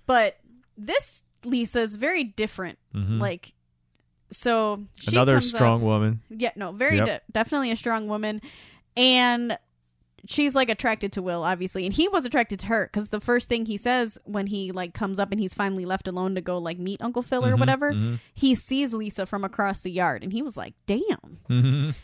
Speaker 2: but this Lisa is very different. Like, so she
Speaker 1: Mm-hmm. Mm. Another
Speaker 2: comes up-
Speaker 1: strong woman.
Speaker 2: yeah, no, very
Speaker 1: Yep.
Speaker 2: de- definitely a strong woman, and she's like attracted to Will, obviously, and he was attracted to her because the first thing he says when he like comes up and he's finally left alone to go like meet Uncle Phil
Speaker 1: Mm-hmm,
Speaker 2: or whatever, he sees Lisa from across the yard, and he was like, "Damn."
Speaker 1: Mhm.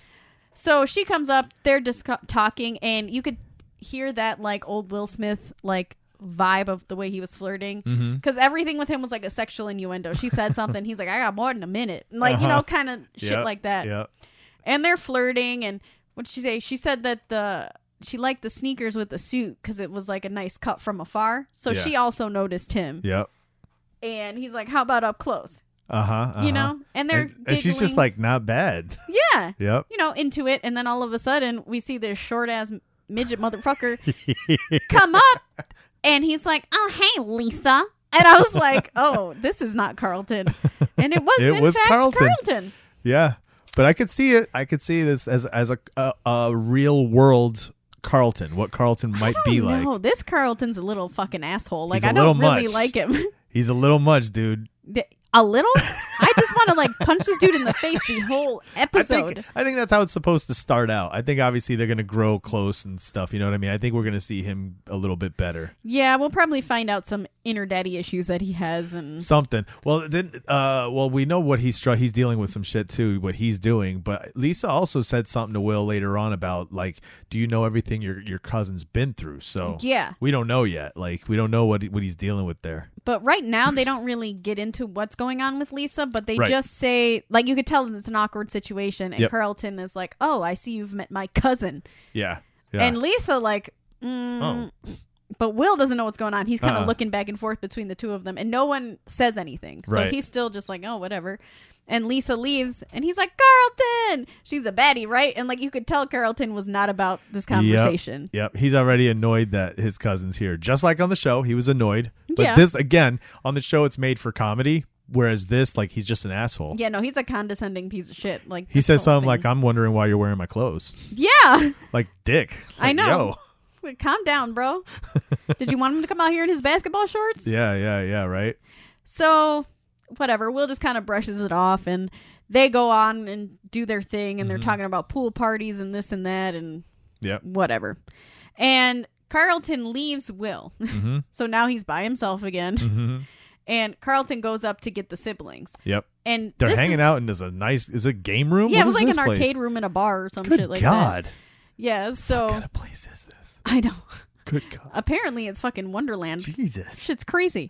Speaker 2: So she comes up, they're discu- talking, and you could hear that like old Will Smith like vibe of the way he was flirting because
Speaker 1: Mm-hmm.
Speaker 2: everything with him was like a sexual innuendo. She said something, he's like, "I got more than a minute," like you know,
Speaker 1: Uh-huh.
Speaker 2: kind of shit
Speaker 1: Yep,
Speaker 2: like that.
Speaker 1: Yep.
Speaker 2: And they're flirting, and what would she say? She said that the she liked the sneakers with the suit because it was like a nice cut from afar. So
Speaker 1: Yeah.
Speaker 2: she also noticed him,
Speaker 1: Yep.
Speaker 2: and he's like, "How about up close?"
Speaker 1: Uh-huh. uh-huh.
Speaker 2: You know, and they're
Speaker 1: and, and she's
Speaker 2: giggling.
Speaker 1: just like not bad.
Speaker 2: "Yeah."
Speaker 1: Yep.
Speaker 2: you know, into it, and then all of a sudden we see this short ass midget motherfucker come up, and he's like, "Oh, hey, Lisa," and I was like, "Oh, this is not Carlton," and it was
Speaker 1: It
Speaker 2: in
Speaker 1: was
Speaker 2: fact
Speaker 1: Carlton.
Speaker 2: Carlton.
Speaker 1: Yeah, but I could see it. I could see this as as a a, a real world Carlton. What Carlton might be like.
Speaker 2: Oh, no, this Carlton's a little fucking asshole. Like
Speaker 1: He's a
Speaker 2: I
Speaker 1: little
Speaker 2: don't really
Speaker 1: much.
Speaker 2: like him.
Speaker 1: He's a little much, dude.
Speaker 2: The- a little. I just want to like punch this dude in the face the whole
Speaker 1: I
Speaker 2: episode.
Speaker 1: think, I think that's how it's supposed to start out. I think obviously they're going to grow close and stuff. You know what I mean? I think we're going to see him a little bit better.
Speaker 2: yeah, we'll probably find out some inner daddy issues that he has, and
Speaker 1: Something. Well, then, uh, well, we know what he's str- he's dealing with some shit too. What he's doing, but Lisa also said something to Will later on about like, do you know everything your your cousin's been through? So
Speaker 2: Yeah.
Speaker 1: we don't know yet. Like we don't know what he- what he's dealing with there.
Speaker 2: but right now they don't really get into what's going on with Lisa, but they
Speaker 1: Right.
Speaker 2: just say like you could tell that it's an awkward situation, and
Speaker 1: Yep.
Speaker 2: Carlton is like, "Oh, I see you've met my cousin,"
Speaker 1: Yeah, yeah. Oh.
Speaker 2: and Lisa like, mm, but Will doesn't know what's going on. He's kind of
Speaker 1: Uh-uh.
Speaker 2: looking back and forth between the two of them, and no one says anything. So
Speaker 1: Right.
Speaker 2: he's still just like, "Oh, whatever." And Lisa leaves, and he's like, "Carlton, she's a baddie, right?" And like you could tell, Carlton was not about this conversation.
Speaker 1: Yep. yep. He's already annoyed that his cousin's here. Just like on the show, he was annoyed. But
Speaker 2: Yeah.
Speaker 1: this again, on the show it's made for comedy, whereas this like he's just an asshole.
Speaker 2: Yeah, no, he's a condescending piece of shit. Like
Speaker 1: He
Speaker 2: this
Speaker 1: says
Speaker 2: whole
Speaker 1: something like,
Speaker 2: thing.
Speaker 1: "I'm wondering why you're wearing my clothes."
Speaker 2: "Yeah,
Speaker 1: Like, dick.
Speaker 2: I
Speaker 1: Like,
Speaker 2: know.
Speaker 1: yo.
Speaker 2: Like, calm down, bro. Did you want him to come out here in his basketball shorts?
Speaker 1: Yeah, yeah, yeah. Right.
Speaker 2: So, whatever. Will just kind of brushes it off, and they go on and do their thing, and they're
Speaker 1: Mm-hmm.
Speaker 2: talking about pool parties and this and that, and
Speaker 1: Yep.
Speaker 2: whatever. And Carlton leaves Will,
Speaker 1: Mm-hmm.
Speaker 2: so now he's by himself again. And Carlton goes up to get the siblings,
Speaker 1: Yep.
Speaker 2: and
Speaker 1: They're
Speaker 2: this
Speaker 1: hanging
Speaker 2: is-
Speaker 1: out in this a nice is it a game room?
Speaker 2: Yeah,
Speaker 1: What
Speaker 2: it was
Speaker 1: is
Speaker 2: like an
Speaker 1: this place?
Speaker 2: arcade room in a bar or some
Speaker 1: Good
Speaker 2: shit like that. Oh.
Speaker 1: God.
Speaker 2: Yeah,
Speaker 1: What
Speaker 2: so
Speaker 1: kind of place is this?
Speaker 2: I know.
Speaker 1: Good God.
Speaker 2: Apparently, it's fucking Wonderland.
Speaker 1: Jesus.
Speaker 2: Shit's crazy.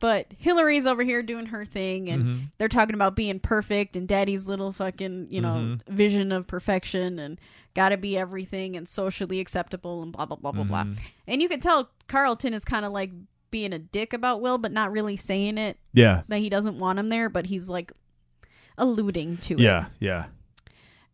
Speaker 2: But Hillary's over here doing her thing, and
Speaker 1: Mm-hmm.
Speaker 2: they're talking about being perfect and daddy's little fucking, you know,
Speaker 1: Mm-hmm.
Speaker 2: vision of perfection and gotta be everything and socially acceptable and blah, blah, blah, blah,
Speaker 1: Mm-hmm.
Speaker 2: blah. And you can tell Carlton is kind of like being a dick about Will, but not really saying it
Speaker 1: Yeah.
Speaker 2: that he doesn't want him there, but he's like alluding to it.
Speaker 1: Yeah. Yeah.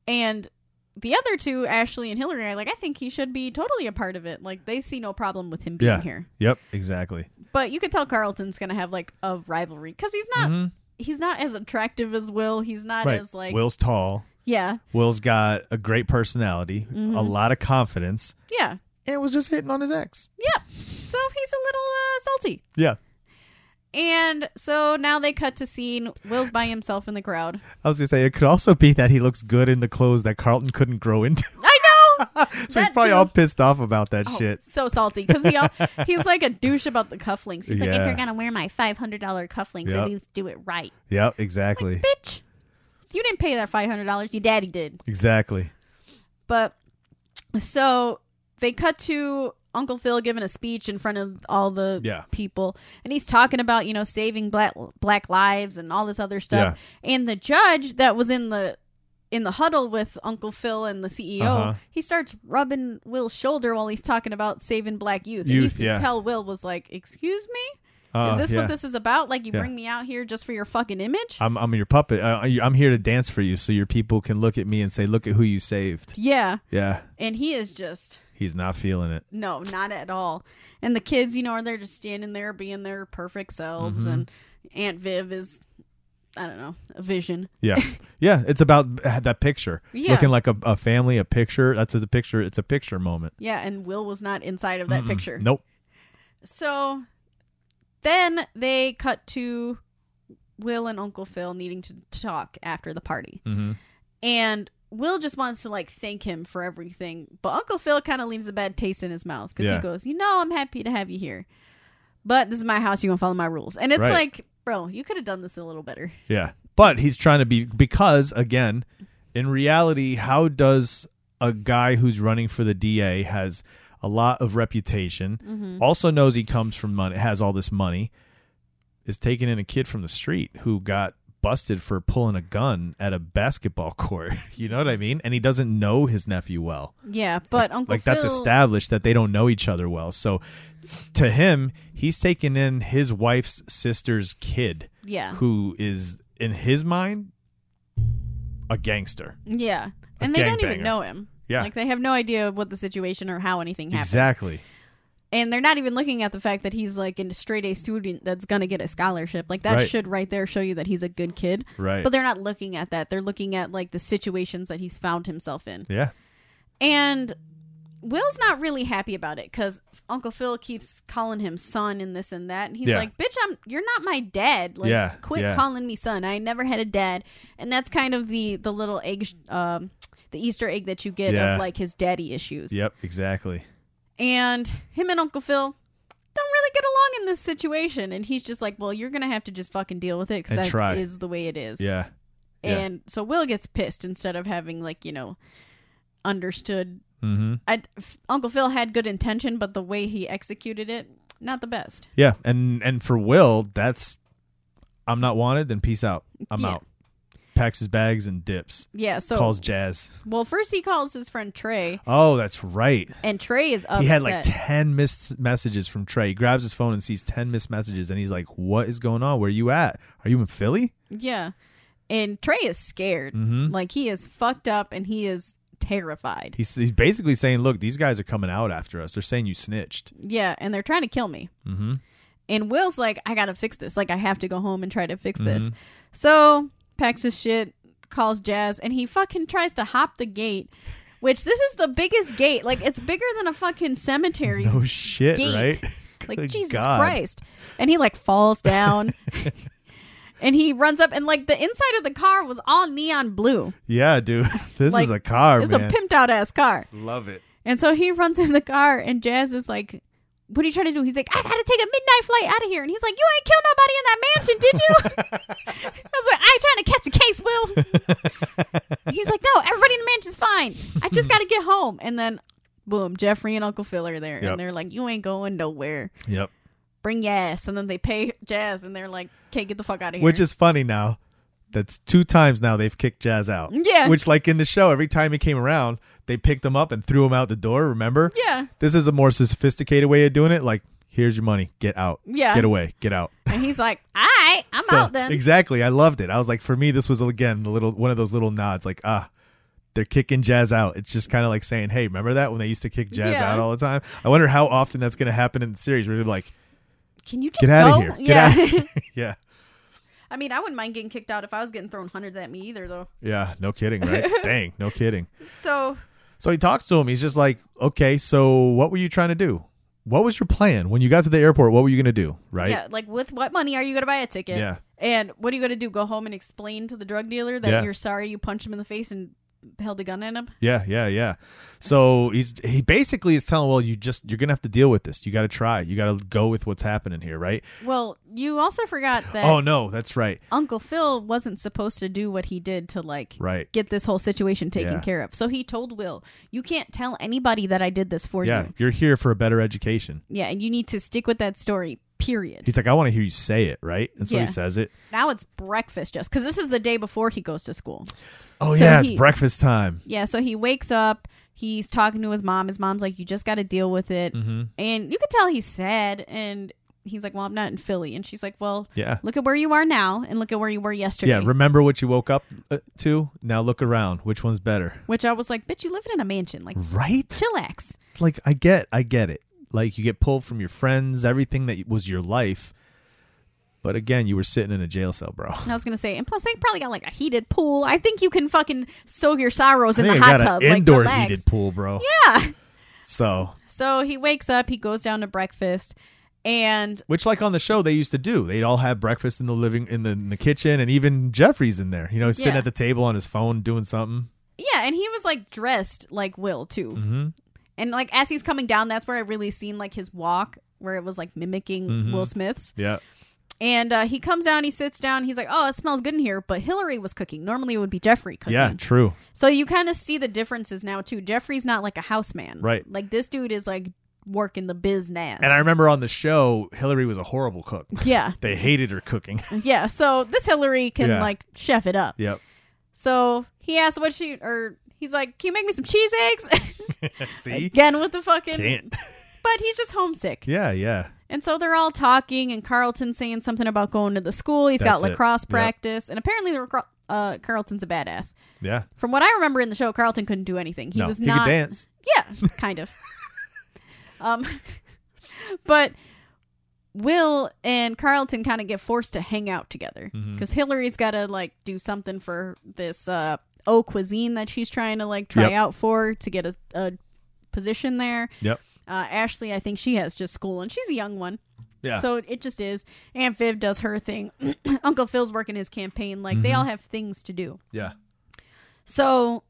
Speaker 2: And the other two, Ashley and Hillary, are like, I think he should be totally a part of it. Like, they see no problem with him being
Speaker 1: Yeah.
Speaker 2: here.
Speaker 1: Yep. Exactly.
Speaker 2: But you could tell Carlton's going to have like a rivalry because he's not. He's not as attractive as Will. He's not
Speaker 1: Mm-hmm. Right.
Speaker 2: as like
Speaker 1: Will's tall.
Speaker 2: yeah,
Speaker 1: Will's got a great personality,
Speaker 2: Mm-hmm.
Speaker 1: a lot of confidence,
Speaker 2: yeah,
Speaker 1: and was just hitting on his ex.
Speaker 2: yeah. So he's a little uh, salty.
Speaker 1: Yeah.
Speaker 2: And so now they cut to scene. Will's by himself in the crowd.
Speaker 1: I was going to say, it could also be that he looks good in the clothes that Carlton couldn't grow into.
Speaker 2: I know.
Speaker 1: so he's
Speaker 2: That
Speaker 1: probably
Speaker 2: too. Oh.
Speaker 1: all pissed off about that shit.
Speaker 2: So salty because he all, he's like a douche about the cufflinks. He's like, if
Speaker 1: Yeah.
Speaker 2: you're gonna wear my five hundred dollar cufflinks,
Speaker 1: Yep.
Speaker 2: at least do it right.
Speaker 1: Yep, exactly.
Speaker 2: bitch, you didn't pay that five hundred dollars. Your daddy did.
Speaker 1: exactly.
Speaker 2: But so they cut to Uncle Phil giving a speech in front of all the
Speaker 1: Yeah.
Speaker 2: people, and he's talking about you know saving black black lives and all this other stuff. And the judge that was in the in the huddle with Uncle Phil and the CEO,
Speaker 1: Uh-huh.
Speaker 2: he starts rubbing Will's shoulder while he's talking about saving black youth. and you
Speaker 1: Youth,
Speaker 2: can
Speaker 1: yeah.
Speaker 2: tell Will was like, "Excuse me."
Speaker 1: Uh,
Speaker 2: Is this
Speaker 1: yeah.
Speaker 2: what this is about? Like, you
Speaker 1: Yeah.
Speaker 2: bring me out here just for your fucking image?
Speaker 1: I'm, I'm your puppet. Uh, I- I'm here to dance for you so your people can look at me and say, look at who you saved.
Speaker 2: yeah.
Speaker 1: Yeah,
Speaker 2: And he is just
Speaker 1: he's not feeling it.
Speaker 2: No, not at all. And the kids, you know, are there just standing there being their perfect selves and Aunt Viv is I don't know, a vision.
Speaker 1: Yeah. yeah, it's about uh, that picture.
Speaker 2: Yeah.
Speaker 1: Looking like a, a family, a picture. That's a picture. It's a picture moment.
Speaker 2: Yeah, and Will was not inside of that picture.
Speaker 1: Nope.
Speaker 2: So then they cut to Will and Uncle Phil needing to talk after the party.
Speaker 1: Mhm.
Speaker 2: And Will just wants to like thank him for everything. But Uncle Phil kind of leaves a bad taste in his mouth because
Speaker 1: Yeah.
Speaker 2: he goes, You know, I'm happy to have you here. But this is my house. You're going to follow my rules. And it's
Speaker 1: Right.
Speaker 2: like, Bro, you could have done this a little better.
Speaker 1: Yeah. But he's trying to be because again, in reality, how does a guy who's running for the DA has a lot of reputation, also knows he comes from money, has all this money, is taking in a kid from the street who got busted for pulling a gun at a basketball court. you know what I mean? And he doesn't know his nephew well
Speaker 2: Yeah, but Uncle
Speaker 1: like
Speaker 2: Phil.
Speaker 1: that's established that they don't know each other well. So to him, he's taking in his wife's sister's kid,
Speaker 2: Yeah.
Speaker 1: who is in his mind a gangster.
Speaker 2: Yeah.
Speaker 1: A
Speaker 2: And they don't
Speaker 1: gangbanger.
Speaker 2: even know him.
Speaker 1: Yeah.
Speaker 2: Like they have no idea what the situation or how anything happened.
Speaker 1: Exactly.
Speaker 2: and they're not even looking at the fact that he's like a straight A student that's gonna get a scholarship. Like that
Speaker 1: Right.
Speaker 2: should right there show you that he's a good kid.
Speaker 1: Right.
Speaker 2: But they're not looking at that. They're looking at like the situations that he's found himself in.
Speaker 1: Yeah.
Speaker 2: And Will's not really happy about it because Uncle Phil keeps calling him son and this and that, and he's
Speaker 1: Yeah.
Speaker 2: like, "Bitch, I'm you're not my dad. Like,
Speaker 1: Yeah,
Speaker 2: quit
Speaker 1: yeah.
Speaker 2: calling me son. I never had a dad." And that's kind of the the little egg, sh- um, the Easter egg that you get
Speaker 1: Yeah.
Speaker 2: of like his daddy issues.
Speaker 1: Yep, exactly.
Speaker 2: And him and Uncle Phil don't really get along in this situation, and he's just like, "Well, you're gonna have to just fucking deal with it because
Speaker 1: And
Speaker 2: that is
Speaker 1: try.
Speaker 2: the way it is."
Speaker 1: Yeah. Yeah.
Speaker 2: And so Will gets pissed instead of having like you know understood
Speaker 1: Mm-hmm.
Speaker 2: I, F- Uncle Phil had good intention, but the way he executed it, not the best.
Speaker 1: Yeah, and and for Will, that's I'm not wanted. Then peace out. I'm
Speaker 2: Yeah.
Speaker 1: out. Packs his bags and dips.
Speaker 2: Yeah. So,
Speaker 1: Calls Jazz.
Speaker 2: well, first he calls his friend Trey,
Speaker 1: Oh, that's right.
Speaker 2: and Trey is upset.
Speaker 1: He had like ten missed messages from Trey. He grabs his phone and sees ten missed messages, and he's like, "What is going on? Where you at? Are you in Philly?"
Speaker 2: yeah, and Trey is scared.
Speaker 1: Mm-hmm.
Speaker 2: Like he is fucked up, and he is terrified.
Speaker 1: He's he's basically saying, "Look, these guys are coming out after us. They're saying you snitched."
Speaker 2: yeah, and they're trying to kill me.
Speaker 1: Mm-hmm.
Speaker 2: And Will's like, I gotta fix this. Like I have to go home and try to fix this.
Speaker 1: Mm-hmm.
Speaker 2: So packs his shit, calls Jazz, and he fucking tries to hop the gate. Which this is the biggest gate. Like it's bigger than a fucking cemetery.
Speaker 1: No shit,
Speaker 2: gate.
Speaker 1: right?
Speaker 2: like
Speaker 1: Good
Speaker 2: Jesus
Speaker 1: God.
Speaker 2: Christ. And he like falls down. and he runs up and like the inside of the car was all neon blue.
Speaker 1: Yeah, dude. This
Speaker 2: Like,
Speaker 1: is a car,
Speaker 2: It's
Speaker 1: Oh, man.
Speaker 2: a pimped out ass car.
Speaker 1: Love it.
Speaker 2: And so he runs in the car and Jazz is like what are you trying to do? He's like, I gotta take a midnight flight out of here. And he's like, You ain't kill nobody in that mansion, did you? I was like, I ain't trying to catch a case, Will. he's like, No, everybody in the mansion's fine. I just gotta get home. And then, boom, Jeffrey and Uncle Phil are there.
Speaker 1: Yep.
Speaker 2: And they're like, You ain't going nowhere
Speaker 1: Yep.
Speaker 2: bring yes and then they pay jazz and they're like okay get the fuck out of here
Speaker 1: Which is funny now. That's two times now they've kicked Jazz out.
Speaker 2: Yeah.
Speaker 1: Which, like in the show, every time he came around, they picked him up and threw him out the door. Remember?
Speaker 2: Yeah.
Speaker 1: This is a more sophisticated way of doing it. Like, here's your money. Get out.
Speaker 2: Yeah.
Speaker 1: Get away. Get out.
Speaker 2: and he's like all right i'm
Speaker 1: So,
Speaker 2: out then
Speaker 1: Exactly. I loved it. I was like, for me, this was again the little one of those little nods. Like, ah, they're kicking Jazz out. It's just kind of like saying, hey, remember that when they used to kick Jazz
Speaker 2: Yeah.
Speaker 1: out all the time? I wonder how often that's going to happen in the series. Where they're like,
Speaker 2: can you just
Speaker 1: get
Speaker 2: go
Speaker 1: out of here. Get
Speaker 2: yeah
Speaker 1: out of here. yeah.
Speaker 2: i mean i wouldn't mind getting kicked out if i was getting thrown hundreds at me either though
Speaker 1: Yeah. No kidding. Right. Dang. No kidding.
Speaker 2: so
Speaker 1: So he talks to him. He's just like, okay, so what were you trying to do? What was your plan when you got to the airport? What were you going to do? Right?
Speaker 2: yeah like with what money are you gonna buy a ticket
Speaker 1: Yeah.
Speaker 2: and what are you gonna do go home and explain to the drug dealer that
Speaker 1: Yeah.
Speaker 2: you're sorry you punched him in the face and held a gun at him
Speaker 1: Yeah, yeah, yeah. So he's he basically is telling, well, you just you're gonna have to deal with this. You got to try. You got to go with what's happening here, right?
Speaker 2: well you also forgot that
Speaker 1: oh no, that's right.
Speaker 2: uncle phil wasn't supposed to do what he did to like
Speaker 1: Right.
Speaker 2: get this whole situation taken
Speaker 1: Yeah.
Speaker 2: care of. So he told Will, "You can't tell anybody that I did this for
Speaker 1: Yeah,
Speaker 2: you.
Speaker 1: you're here for a better education.
Speaker 2: Yeah, and you need to stick with that story." Period.
Speaker 1: He's like, I want to hear you say it, right? And so
Speaker 2: Yeah.
Speaker 1: he says it.
Speaker 2: now it's breakfast just because this is the day before he goes to school.
Speaker 1: Oh
Speaker 2: So
Speaker 1: yeah, it's
Speaker 2: he-
Speaker 1: breakfast time.
Speaker 2: Yeah, so he wakes up. He's talking to his mom. His mom's like, "You just got to deal with it,"
Speaker 1: Mm-hmm.
Speaker 2: and you could tell he's sad. And he's like, "Well, I'm not in Philly," and she's like, "Well,
Speaker 1: Yeah.
Speaker 2: look at where you are now, and look at where you were yesterday."
Speaker 1: Yeah, remember what you woke up uh, to. Now look around. Which one's better?
Speaker 2: Which I was like, "Bitch, you living in a mansion, like
Speaker 1: Right?
Speaker 2: chillax."
Speaker 1: like I get, I get it. Like you get pulled from your friends, everything that was your life. But again, you were sitting in a jail cell, bro.
Speaker 2: I was gonna say, and plus they probably got like a heated pool. I think you can fucking soak your sorrows in
Speaker 1: I
Speaker 2: the
Speaker 1: think I
Speaker 2: hot
Speaker 1: got
Speaker 2: tub,
Speaker 1: an
Speaker 2: like
Speaker 1: indoor
Speaker 2: relax.
Speaker 1: heated pool, bro.
Speaker 2: Yeah.
Speaker 1: So,
Speaker 2: So he wakes up, he goes down to breakfast, and
Speaker 1: which like on the show they used to do, they'd all have breakfast in the living in the, in the kitchen, and even Jeffrey's in there. You know, sitting
Speaker 2: Yeah.
Speaker 1: at the table on his phone doing something.
Speaker 2: yeah, and he was like dressed like Will too,
Speaker 1: Mm-hmm.
Speaker 2: and like as he's coming down, that's where I really seen like his walk, where it was like mimicking
Speaker 1: Mm-hmm.
Speaker 2: Will Smith's.
Speaker 1: Yeah,
Speaker 2: And uh, he comes down, he sits down, he's like, "Oh, it smells good in here," but Hillary was cooking. Normally, it would be Jeffrey cooking.
Speaker 1: yeah, true.
Speaker 2: So you kind of see the differences now too. Jeffrey's not like a houseman,
Speaker 1: Right.
Speaker 2: Like this dude is like working the business.
Speaker 1: And I remember on the show, Hillary was a horrible cook.
Speaker 2: yeah,
Speaker 1: they hated her cooking.
Speaker 2: yeah. So this Hillary can
Speaker 1: Yeah.
Speaker 2: like chef it up.
Speaker 1: yep.
Speaker 2: So he asks what she or he's like, "Can you make me some cheese eggs?"
Speaker 1: See,
Speaker 2: Again with the fucking.
Speaker 1: can't.
Speaker 2: But he's just homesick,
Speaker 1: Yeah, yeah.
Speaker 2: and so they're all talking, and Carlton saying something about going to the school. He's got
Speaker 1: That's it.
Speaker 2: lacrosse
Speaker 1: Yep.
Speaker 2: practice, and apparently the lacro- uh, Carlton's a badass.
Speaker 1: Yeah.
Speaker 2: From what I remember in the show, Carlton couldn't do anything. He
Speaker 1: no,
Speaker 2: was
Speaker 1: he
Speaker 2: not
Speaker 1: could dance.
Speaker 2: Yeah, kind of. um, but Will and Carlton kind of get forced to hang out together
Speaker 1: Mm-hmm.
Speaker 2: because Hillary's got to like do something for this uh O cuisine that she's trying to like try
Speaker 1: Yep.
Speaker 2: out for to get a, a position there.
Speaker 1: Yep.
Speaker 2: Uh, Ashley, I think she has just school, and she's a young one.
Speaker 1: Yeah.
Speaker 2: So it just is. Aunt Viv does her thing. Uncle Phil's working his campaign. Like
Speaker 1: Mm-hmm.
Speaker 2: they all have things to do.
Speaker 1: yeah.
Speaker 2: So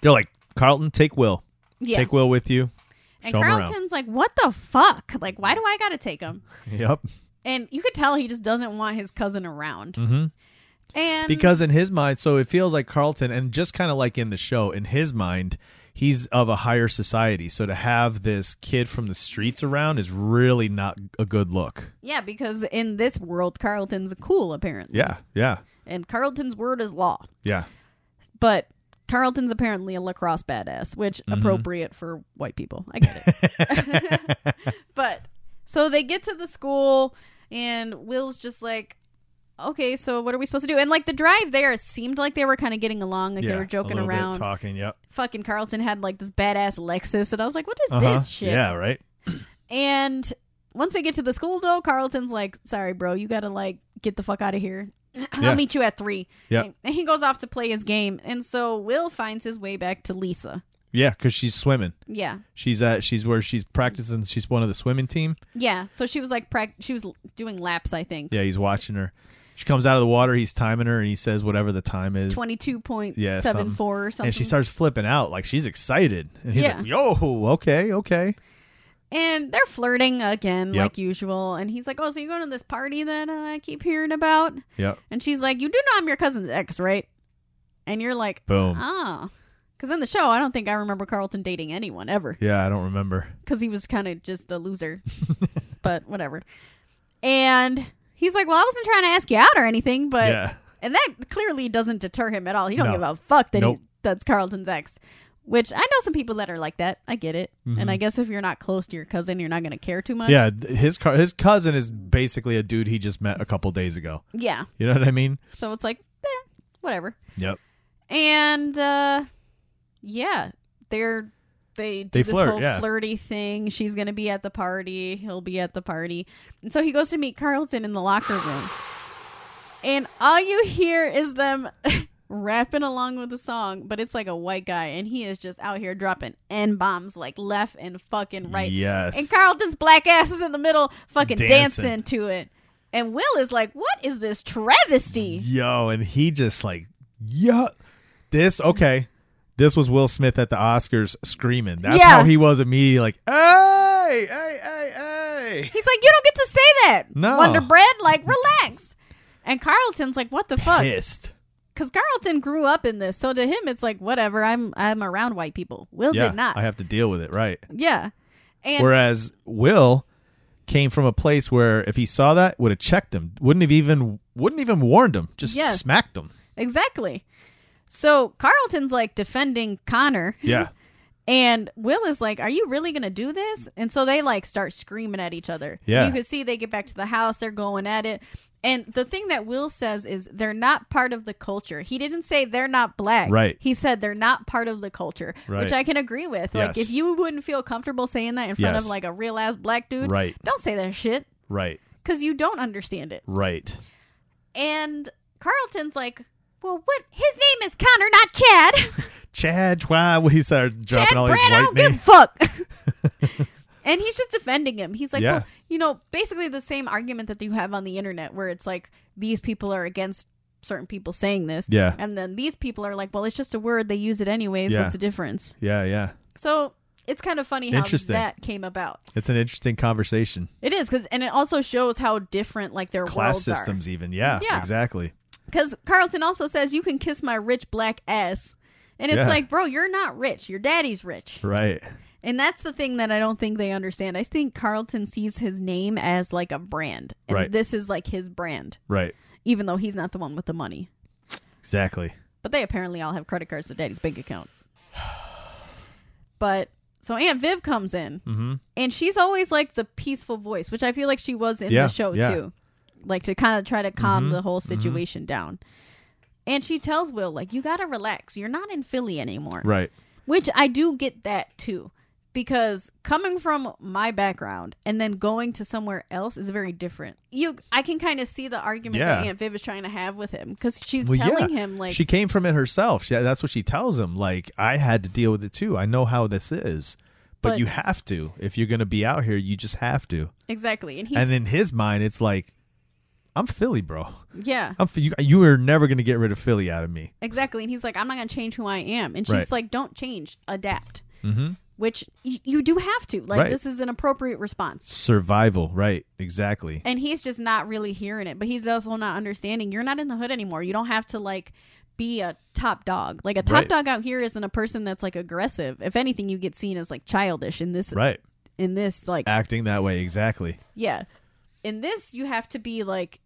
Speaker 1: They're like, Carlton, take Will.
Speaker 2: yeah.
Speaker 1: Take Will with you.
Speaker 2: and
Speaker 1: Show him around.
Speaker 2: Carlton's like, "What the fuck? Like, why do I gotta take him?"
Speaker 1: Yep.
Speaker 2: And you could tell he just doesn't want his cousin around.
Speaker 1: Mhm.
Speaker 2: And
Speaker 1: Because in his mind, so it feels like Carlton, and just kind of like in the show, in his mind, he's of a higher society. So to have this kid from the streets around is really not a good look.
Speaker 2: yeah, because in this world, Carlton's cool apparently.
Speaker 1: Yeah. Yeah.
Speaker 2: And Carlton's word is law.
Speaker 1: Yeah.
Speaker 2: But Carlton's apparently a lacrosse badass, which
Speaker 1: Mm-hmm.
Speaker 2: appropriate for white people. I get it. but so they get to the school and Will's just like okay, so what are we supposed to do? And like the drive there, it seemed like they were kind of getting along, like
Speaker 1: yeah.
Speaker 2: they were joking
Speaker 1: a little
Speaker 2: around.
Speaker 1: Bit talking. Yep.
Speaker 2: Fucking Carlton had like this badass Lexus, and I was like, what is
Speaker 1: Uh-huh.
Speaker 2: this shit?
Speaker 1: Yeah. Right.
Speaker 2: And once they get to the school, though, Carlton's like, sorry, bro, you gotta like get the fuck out of here. I'll
Speaker 1: Yeah.
Speaker 2: meet you at three.
Speaker 1: Yeah.
Speaker 2: And- And he goes off to play his game. And so Will finds his way back to Lisa.
Speaker 1: Yeah. Because she's swimming.
Speaker 2: Yeah.
Speaker 1: She's at. She's where she's practicing. She's one of the swimming team.
Speaker 2: Yeah. So she was like, prac- she was l- doing laps, I think.
Speaker 1: Yeah. He's watching her. She comes out of the water. He's timing her, and he says whatever the time is.
Speaker 2: 22.74
Speaker 1: yeah, something.
Speaker 2: or something.
Speaker 1: And she starts flipping out, like she's excited. And he's
Speaker 2: Yeah.
Speaker 1: like, "Yo, okay, okay."
Speaker 2: And they're flirting again,
Speaker 1: Yep.
Speaker 2: like usual. And he's like, oh, so you're going to this party that uh, I keep hearing about?
Speaker 1: Yep.
Speaker 2: And she's like, you do know I'm your cousin's ex, right? And you're like,
Speaker 1: Boom.
Speaker 2: oh. Because in the show, I don't think I remember Carlton dating anyone ever.
Speaker 1: Yeah, I don't remember.
Speaker 2: because he was kind of just the loser, but whatever. And he's like, "Well, I wasn't trying to ask you out or anything, but
Speaker 1: yeah.
Speaker 2: and that clearly doesn't deter him at all. He don't
Speaker 1: No.
Speaker 2: give a fuck that
Speaker 1: Nope.
Speaker 2: he, that's Carlton's ex." Which I know some people that are like that. I get it, and I guess if you're not close to your cousin, you're not going to care too
Speaker 1: Mm-hmm.
Speaker 2: much.
Speaker 1: Yeah, th- his car- his cousin is basically a dude he just met a couple days ago.
Speaker 2: yeah.
Speaker 1: You know what I mean?
Speaker 2: So it's like, eh, whatever.
Speaker 1: Yep.
Speaker 2: And uh yeah, they're they do
Speaker 1: They
Speaker 2: this
Speaker 1: flirt,
Speaker 2: whole
Speaker 1: yeah.
Speaker 2: flirty thing. She's gonna be at the party. He'll be at the party, and so he goes to meet Carlton in the locker room. And all you hear is them rapping along with the song, but it's like a white guy, and he is just out here dropping n bombs like left and fucking right.
Speaker 1: Yes.
Speaker 2: And Carlton's black ass is in the middle, fucking
Speaker 1: Dancing.
Speaker 2: dancing, to it. And Will is like, "What is this travesty?"
Speaker 1: Yo, and he just like, yeah, this okay. This was Will Smith at the Oscars screaming. That's
Speaker 2: Yeah.
Speaker 1: how he was immediately like, hey, hey, hey, hey.
Speaker 2: He's like, you don't get to say that.
Speaker 1: No.
Speaker 2: Wonder Bread, like, relax. And Carlton's like, what the fuck?
Speaker 1: Pissed.
Speaker 2: Because Carlton grew up in this, so to him, it's like, whatever. I'm I'm around white people. Will
Speaker 1: Yeah,
Speaker 2: did not.
Speaker 1: I have to deal with it, right?
Speaker 2: yeah. And
Speaker 1: Whereas Will came from a place where if he saw that, would have checked him, wouldn't have even wouldn't even warned him, just
Speaker 2: Yes.
Speaker 1: smacked him.
Speaker 2: exactly. So Carlton's like defending Connor,
Speaker 1: Yeah.
Speaker 2: and Will is like, "Are you really gonna do this?" And so they like start screaming at each other.
Speaker 1: Yeah.
Speaker 2: you can see they get back to the house. They're going at it, and the thing that Will says is they're not part of the culture. He didn't say they're not black.
Speaker 1: Right.
Speaker 2: He said they're not part of the culture,
Speaker 1: Right.
Speaker 2: which I can agree with. Like
Speaker 1: Yes.
Speaker 2: if you wouldn't feel comfortable saying that in front
Speaker 1: Yes.
Speaker 2: of like a real ass black dude,
Speaker 1: Right.
Speaker 2: Don't say that shit
Speaker 1: Right.
Speaker 2: because you don't understand it.
Speaker 1: Right.
Speaker 2: And Carlton's like. Well, what? His name is Connor, not Chad.
Speaker 1: Chad, why we start dropping
Speaker 2: Chad
Speaker 1: all
Speaker 2: Brad,
Speaker 1: these
Speaker 2: I
Speaker 1: white
Speaker 2: don't give a
Speaker 1: names?
Speaker 2: fuck. and he's just defending him. He's like,
Speaker 1: Yeah.
Speaker 2: well, you know, basically the same argument that you have on the internet where it's like these people are against certain people saying this.
Speaker 1: Yeah.
Speaker 2: And then these people are like, well, it's just a word. They use it anyways.
Speaker 1: Yeah.
Speaker 2: What's the difference?
Speaker 1: Yeah, yeah.
Speaker 2: So it's kind of funny how
Speaker 1: Interesting.
Speaker 2: that came about.
Speaker 1: It's an interesting conversation.
Speaker 2: It is because, and it also shows how different like their
Speaker 1: Class
Speaker 2: worlds are.
Speaker 1: systems even. Yeah,
Speaker 2: Yeah.
Speaker 1: exactly.
Speaker 2: Because Carlton also says, you can kiss my rich black ass. And it's
Speaker 1: Yeah.
Speaker 2: like, bro, you're not rich. Your daddy's rich.
Speaker 1: Right.
Speaker 2: And that's the thing that I don't think they understand. I think Carlton sees his name as like a brand. And
Speaker 1: Right.
Speaker 2: this is like his brand,
Speaker 1: Right.
Speaker 2: even though he's not the one with the money.
Speaker 1: Exactly.
Speaker 2: But they apparently all have credit cards to daddy's bank account. But so Aunt Viv comes in
Speaker 1: Mm-hmm.
Speaker 2: and she's always like the peaceful voice, which I feel like she was in
Speaker 1: Yeah,
Speaker 2: the show
Speaker 1: yeah.
Speaker 2: too. Like to kind of try to calm
Speaker 1: Mhm,
Speaker 2: the whole situation down. And she tells Will, like, you got to relax. You're not in Philly anymore.
Speaker 1: Right.
Speaker 2: Which I do get that too. because coming from my background and then going to somewhere else is very different. You, I can kind of see the argument that
Speaker 1: Yeah.
Speaker 2: Aunt Viv is trying to have with him because she's
Speaker 1: Well,
Speaker 2: telling
Speaker 1: yeah.
Speaker 2: him like
Speaker 1: she came from it herself. She, that's what she tells him. Like I had to deal with it too. I know how this is, but,
Speaker 2: But-
Speaker 1: you have to if you're going to be out here. You just have to.
Speaker 2: exactly, and he's
Speaker 1: and in his mind, it's like, I'm Philly, bro.
Speaker 2: yeah,
Speaker 1: I'm Ph- you. You are never going to get rid of Philly out of me.
Speaker 2: exactly, and he's like, I'm not gonna change who I am, and she's
Speaker 1: Right.
Speaker 2: like, don't change, adapt,
Speaker 1: Mhm.
Speaker 2: which y- you do have to. Like
Speaker 1: Right.
Speaker 2: this is an appropriate response.
Speaker 1: Survival, right? Exactly.
Speaker 2: and he's just not really hearing it but he's also not understanding you're not in the hood anymore you don't have to like be a top dog like a top
Speaker 1: Right.
Speaker 2: dog out here isn't a person that's like aggressive if anything you get seen as like childish in this
Speaker 1: Right.
Speaker 2: in this like
Speaker 1: Acting that way, exactly.
Speaker 2: yeah in this you have to be like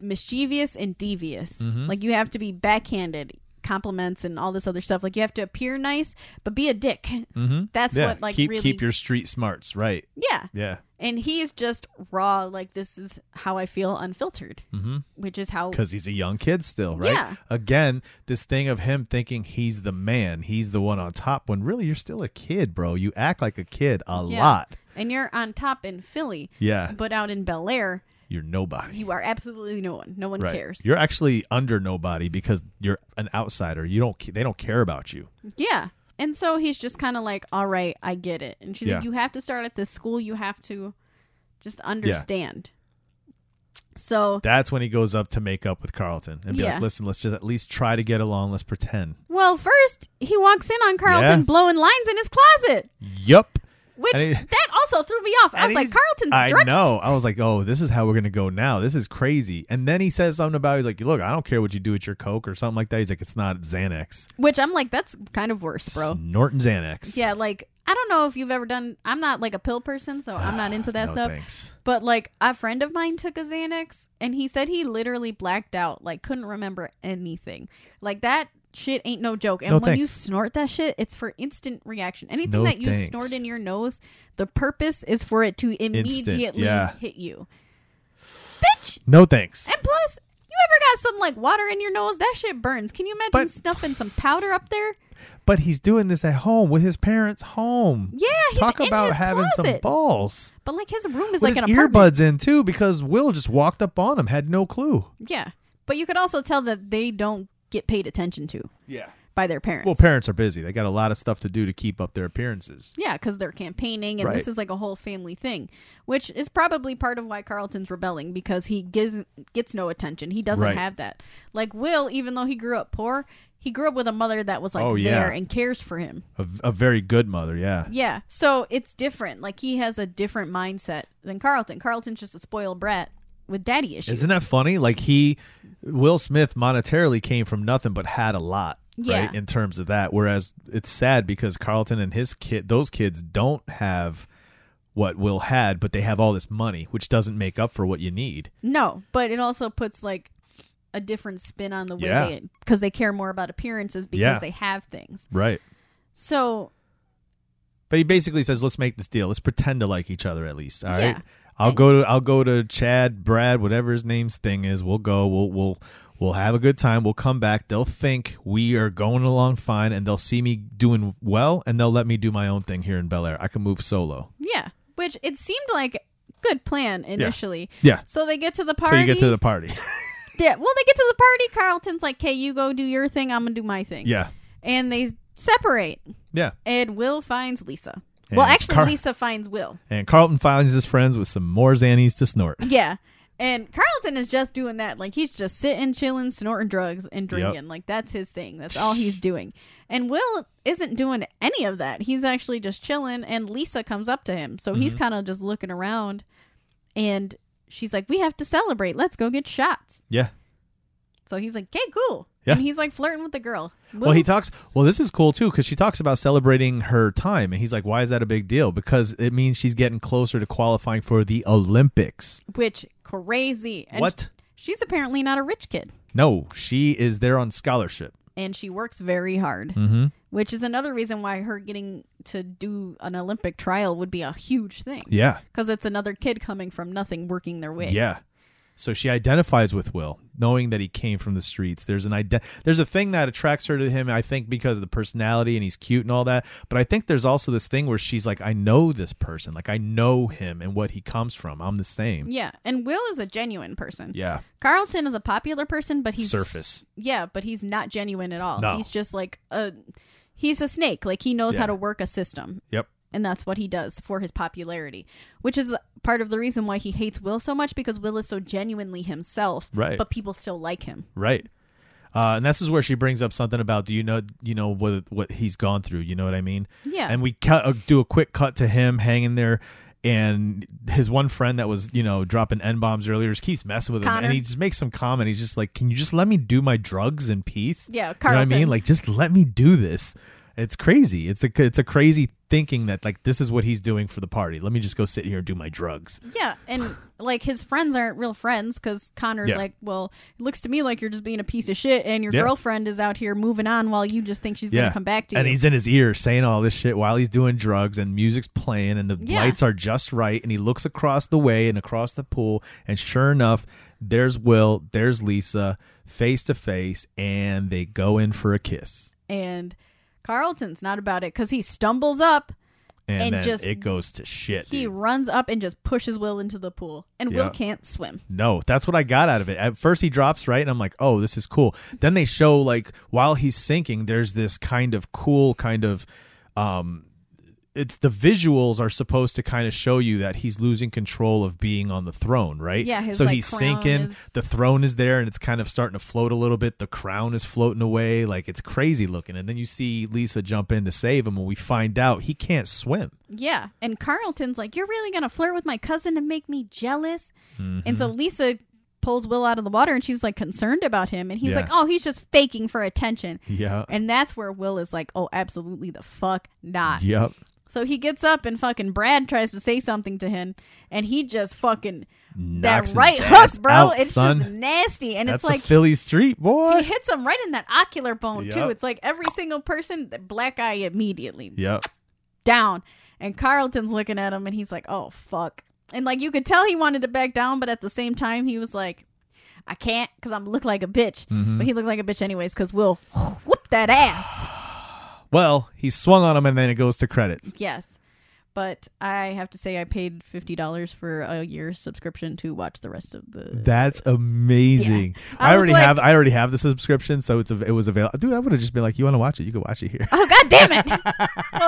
Speaker 2: mischievous and devious
Speaker 1: Mhm.
Speaker 2: like you have to be backhanded compliments and all this other stuff like you have to appear nice but be a dick
Speaker 1: Mm-hmm.
Speaker 2: that's
Speaker 1: yeah.
Speaker 2: what like
Speaker 1: keep
Speaker 2: really
Speaker 1: keep your street smarts, right?
Speaker 2: yeah
Speaker 1: Yeah.
Speaker 2: and he's just raw like this is how i feel unfiltered
Speaker 1: Mm-hmm.
Speaker 2: which is how
Speaker 1: because he's a young kid still, right?
Speaker 2: Yeah.
Speaker 1: Again, this thing of him thinking he's the man, he's the one on top, when really you're still a kid, bro. You act like a kid a
Speaker 2: Yeah.
Speaker 1: lot.
Speaker 2: And you're on top in Philly.
Speaker 1: Yeah.
Speaker 2: But out in Bel Air,
Speaker 1: You're nobody.
Speaker 2: you are absolutely no one. No one
Speaker 1: right.
Speaker 2: cares.
Speaker 1: You're actually under nobody because you're an outsider. You don't. ca- They don't care about you.
Speaker 2: yeah. And so he's just kind of like, all right, I get it. And she's
Speaker 1: Yeah.
Speaker 2: like, you have to start at this school. You have to just understand. So,
Speaker 1: That's when he goes up to make up with Carlton and be
Speaker 2: Yeah.
Speaker 1: like, "Listen, let's just at least try to get along. Let's pretend."
Speaker 2: well, first, he walks in on Carlton
Speaker 1: Yeah.
Speaker 2: blowing lines in his closet,
Speaker 1: Yup.
Speaker 2: which
Speaker 1: And he-
Speaker 2: that also threw me off. I
Speaker 1: And
Speaker 2: was like,
Speaker 1: he's-
Speaker 2: Carlton's
Speaker 1: I
Speaker 2: drunk.
Speaker 1: know. I was like, oh, this is how we're gonna go now. This is crazy. And then he says something about he's like, look, I don't care what you do with your coke or something like that. He's like, it's not Xanax,
Speaker 2: Which I'm like, that's kind of worse, bro.
Speaker 1: Norton Xanax.
Speaker 2: Oh. Yeah, like, I don't know if you've ever done. I'm not like a pill person, so I'm not into that
Speaker 1: no
Speaker 2: stuff.
Speaker 1: thanks.
Speaker 2: But like a friend of mine took a Xanax and he said he literally blacked out, like couldn't remember anything. Like that shit ain't no joke. And
Speaker 1: No
Speaker 2: when you
Speaker 1: thanks.
Speaker 2: snort that shit, it's for instant reaction. Anything
Speaker 1: No
Speaker 2: that you
Speaker 1: thanks.
Speaker 2: snort in your nose, the purpose is for it to immediately
Speaker 1: yeah.
Speaker 2: hit you. Bitch!
Speaker 1: No thanks.
Speaker 2: And plus, you ever got some like water in your nose? That shit burns. Can you imagine
Speaker 1: But-
Speaker 2: snuffing some powder up there?
Speaker 1: But he's doing this at home with his parents' home.
Speaker 2: Yeah, he's
Speaker 1: Talk
Speaker 2: in
Speaker 1: about
Speaker 2: his
Speaker 1: having some
Speaker 2: closet.
Speaker 1: balls.
Speaker 2: But like his room is
Speaker 1: With
Speaker 2: like an
Speaker 1: his
Speaker 2: apartment.
Speaker 1: earbuds in too, because Will just walked up on him, had no clue.
Speaker 2: Yeah. But you could also tell that they don't get paid attention to. Yeah. By their parents.
Speaker 1: Well, parents are busy. They got a lot of stuff to do to keep up their appearances.
Speaker 2: Yeah, because they're campaigning, and
Speaker 1: Right.
Speaker 2: this is like a whole family thing, which is probably part of why Carlton's rebelling because he gives gets no attention. He doesn't
Speaker 1: Right.
Speaker 2: have that. Like Will, even though he grew up poor, he grew up with a mother that was like
Speaker 1: Oh, yeah.
Speaker 2: there and cares for him.
Speaker 1: A, a very good mother, yeah.
Speaker 2: Yeah, so it's different. Like he has a different mindset than Carlton. Carlton's just a spoiled brat with daddy issues.
Speaker 1: Isn't that funny? Like he, Will Smith monetarily came from nothing but had a lot,
Speaker 2: Yeah.
Speaker 1: right? In terms of that, whereas it's sad because Carlton and his kid, those kids don't have what Will had, but they have all this money, which doesn't make up for what you need.
Speaker 2: No, but it also puts like a different spin on the way
Speaker 1: Yeah.
Speaker 2: they because they care more about appearances because
Speaker 1: Yeah.
Speaker 2: they have things.
Speaker 1: Right.
Speaker 2: So
Speaker 1: But he basically says, "Let's make this deal. Let's pretend to like each other at least. All right.
Speaker 2: Yeah.
Speaker 1: I'll go to I'll go to Chad, Brad, whatever his name's thing is. We'll go. We'll we'll we'll have a good time. We'll come back. They'll think we are going along fine, and they'll see me doing well, and they'll let me do my own thing here in Bel Air. I can move solo.
Speaker 2: Yeah, which it seemed like good plan initially.
Speaker 1: Yeah.
Speaker 2: So they get to the
Speaker 1: So
Speaker 2: party.
Speaker 1: you get to the party.
Speaker 2: yeah, well, they get to the party. Carlton's like, "Hey, you go do your thing. I'm gonna do my thing."
Speaker 1: yeah.
Speaker 2: And they separate,
Speaker 1: Yeah.
Speaker 2: and Will finds Lisa.
Speaker 1: And
Speaker 2: well, actually,
Speaker 1: Car-
Speaker 2: Lisa finds Will.
Speaker 1: And Carlton finds his friends with some more Xannies to snort.
Speaker 2: Yeah. And Carlton is just doing that. Like he's just sitting, chilling, snorting drugs and drinking. Like that's his thing. That's all he's doing. And Will isn't doing any of that. He's actually just chilling. And Lisa comes up to him. So he's
Speaker 1: Mm-hmm.
Speaker 2: kind of just looking around. And she's like, We have to celebrate. Let's go get shots.
Speaker 1: Yeah.
Speaker 2: So he's like, Okay, cool.
Speaker 1: Yeah.
Speaker 2: And he's like flirting with the girl.
Speaker 1: Well, he
Speaker 2: Will's-
Speaker 1: talks. Well, this is cool too because she talks about celebrating her time, and he's like, "Why is that a big deal?" Because it means she's getting closer to qualifying for the Olympics.
Speaker 2: Which crazy. And
Speaker 1: What?
Speaker 2: She's apparently not a rich kid.
Speaker 1: No, she is there on scholarship.
Speaker 2: and she works very hard,
Speaker 1: Mhm.
Speaker 2: which is another reason why her getting to do an Olympic trial would be a huge thing.
Speaker 1: Yeah,
Speaker 2: Because it's another kid coming from nothing working their way.
Speaker 1: yeah. So she identifies with Will, knowing that he came from the streets. There's an ide- there's a thing that attracts her to him, I think, because of the personality and he's cute and all that. But I think there's also this thing where she's like, I know this person, like I know him and what he comes from. I'm the same.
Speaker 2: Yeah, and Will is a genuine person.
Speaker 1: Yeah.
Speaker 2: Carlton is a popular person, but he's
Speaker 1: Surface.
Speaker 2: Yeah, but he's not genuine at all.
Speaker 1: No.
Speaker 2: He's just like a he's a snake. Like he knows
Speaker 1: Yeah.
Speaker 2: how to work a system.
Speaker 1: Yep.
Speaker 2: And that's what he does for his popularity, which is part of the reason why he hates Will so much because Will is so genuinely himself,
Speaker 1: Right.
Speaker 2: but people still like him.
Speaker 1: Right. Uh, and this is where she brings up something about do you know you know what what he's gone through you know what I mean
Speaker 2: Yeah.
Speaker 1: and we cut uh, do a quick cut to him hanging there and his one friend that was you know dropping n bombs earlier just keeps messing with him
Speaker 2: Connor.
Speaker 1: and he just makes some comment he's just like can you just let me do my drugs in peace
Speaker 2: Yeah,
Speaker 1: you know what I mean
Speaker 2: Carlton.
Speaker 1: like just let me do this it's crazy it's a it's a crazy thinking that like this is what he's doing for the party let me just go sit here and do my drugs
Speaker 2: Yeah, and like his friends aren't real friends because Connor's
Speaker 1: Yeah.
Speaker 2: like, well, it looks to me like you're just being a piece of shit, and your
Speaker 1: Yeah.
Speaker 2: girlfriend is out here moving on while you just think she's gonna come back to you.
Speaker 1: and he's in his ear saying all this shit while he's doing drugs and music's playing and the
Speaker 2: Yeah.
Speaker 1: lights are just right and he looks across the way and across the pool and sure enough there's will there's lisa face to face and they go in for a kiss
Speaker 2: and Carlton's not about it because he stumbles up,
Speaker 1: and,
Speaker 2: And
Speaker 1: then
Speaker 2: just-
Speaker 1: it goes to shit
Speaker 2: he
Speaker 1: dude.
Speaker 2: runs up and just pushes Will into the pool, and
Speaker 1: Yeah.
Speaker 2: Will can't swim.
Speaker 1: No, that's what I got out of it. At first, he drops right, and I'm like, "Oh, this is cool." Then they show like while he's sinking, there's this kind of cool kind of, um, it's the visuals are supposed to kind of show you that he's losing control of being on the throne, right?
Speaker 2: Yeah, his,
Speaker 1: so
Speaker 2: like,
Speaker 1: he's
Speaker 2: crown
Speaker 1: sinking.
Speaker 2: is-
Speaker 1: The throne is there, and it's kind of starting to float a little bit. The crown is floating away, like it's crazy looking. And then you see Lisa jump in to save him, and we find out he can't swim.
Speaker 2: Yeah, and Carlton's like, "You're really gonna flirt with my cousin and make me jealous?" And
Speaker 1: Mm-hmm.
Speaker 2: so Lisa pulls Will out of the water, and she's like concerned about him, and he's
Speaker 1: Yeah.
Speaker 2: like, "Oh, he's just faking for attention."
Speaker 1: Yeah.
Speaker 2: And that's where Will is like, "Oh, absolutely the fuck not."
Speaker 1: Yep.
Speaker 2: So he gets up and fucking Brad tries to say something to him, and he just fucking
Speaker 1: Knocks
Speaker 2: that
Speaker 1: his
Speaker 2: right
Speaker 1: ass
Speaker 2: hook, bro.
Speaker 1: out,
Speaker 2: it's just
Speaker 1: son.
Speaker 2: nasty, and
Speaker 1: That's
Speaker 2: it's like
Speaker 1: a Philly street boy.
Speaker 2: he hits him right in that ocular bone too.
Speaker 1: Yup.
Speaker 2: It's like every single person, the black eye immediately
Speaker 1: yep.
Speaker 2: down. And Carlton's looking at him, and he's like, "Oh fuck!" And like you could tell he wanted to back down, but at the same time he was like, "I can't because I'm look like a bitch."
Speaker 1: Mm-hmm.
Speaker 2: But he looked like a bitch anyways because we'll whoop that ass.
Speaker 1: Well, he swung on him and then it goes to credits.
Speaker 2: Yes. But I have to say, I paid fifty dollars for a year subscription to watch the rest of the.
Speaker 1: That's amazing. I,
Speaker 2: I was
Speaker 1: already
Speaker 2: like-
Speaker 1: have I already have the subscription, so it's av- it was available. Dude, I would have just been like, "You want to watch it? You can watch it here."
Speaker 2: Oh God damn it! well,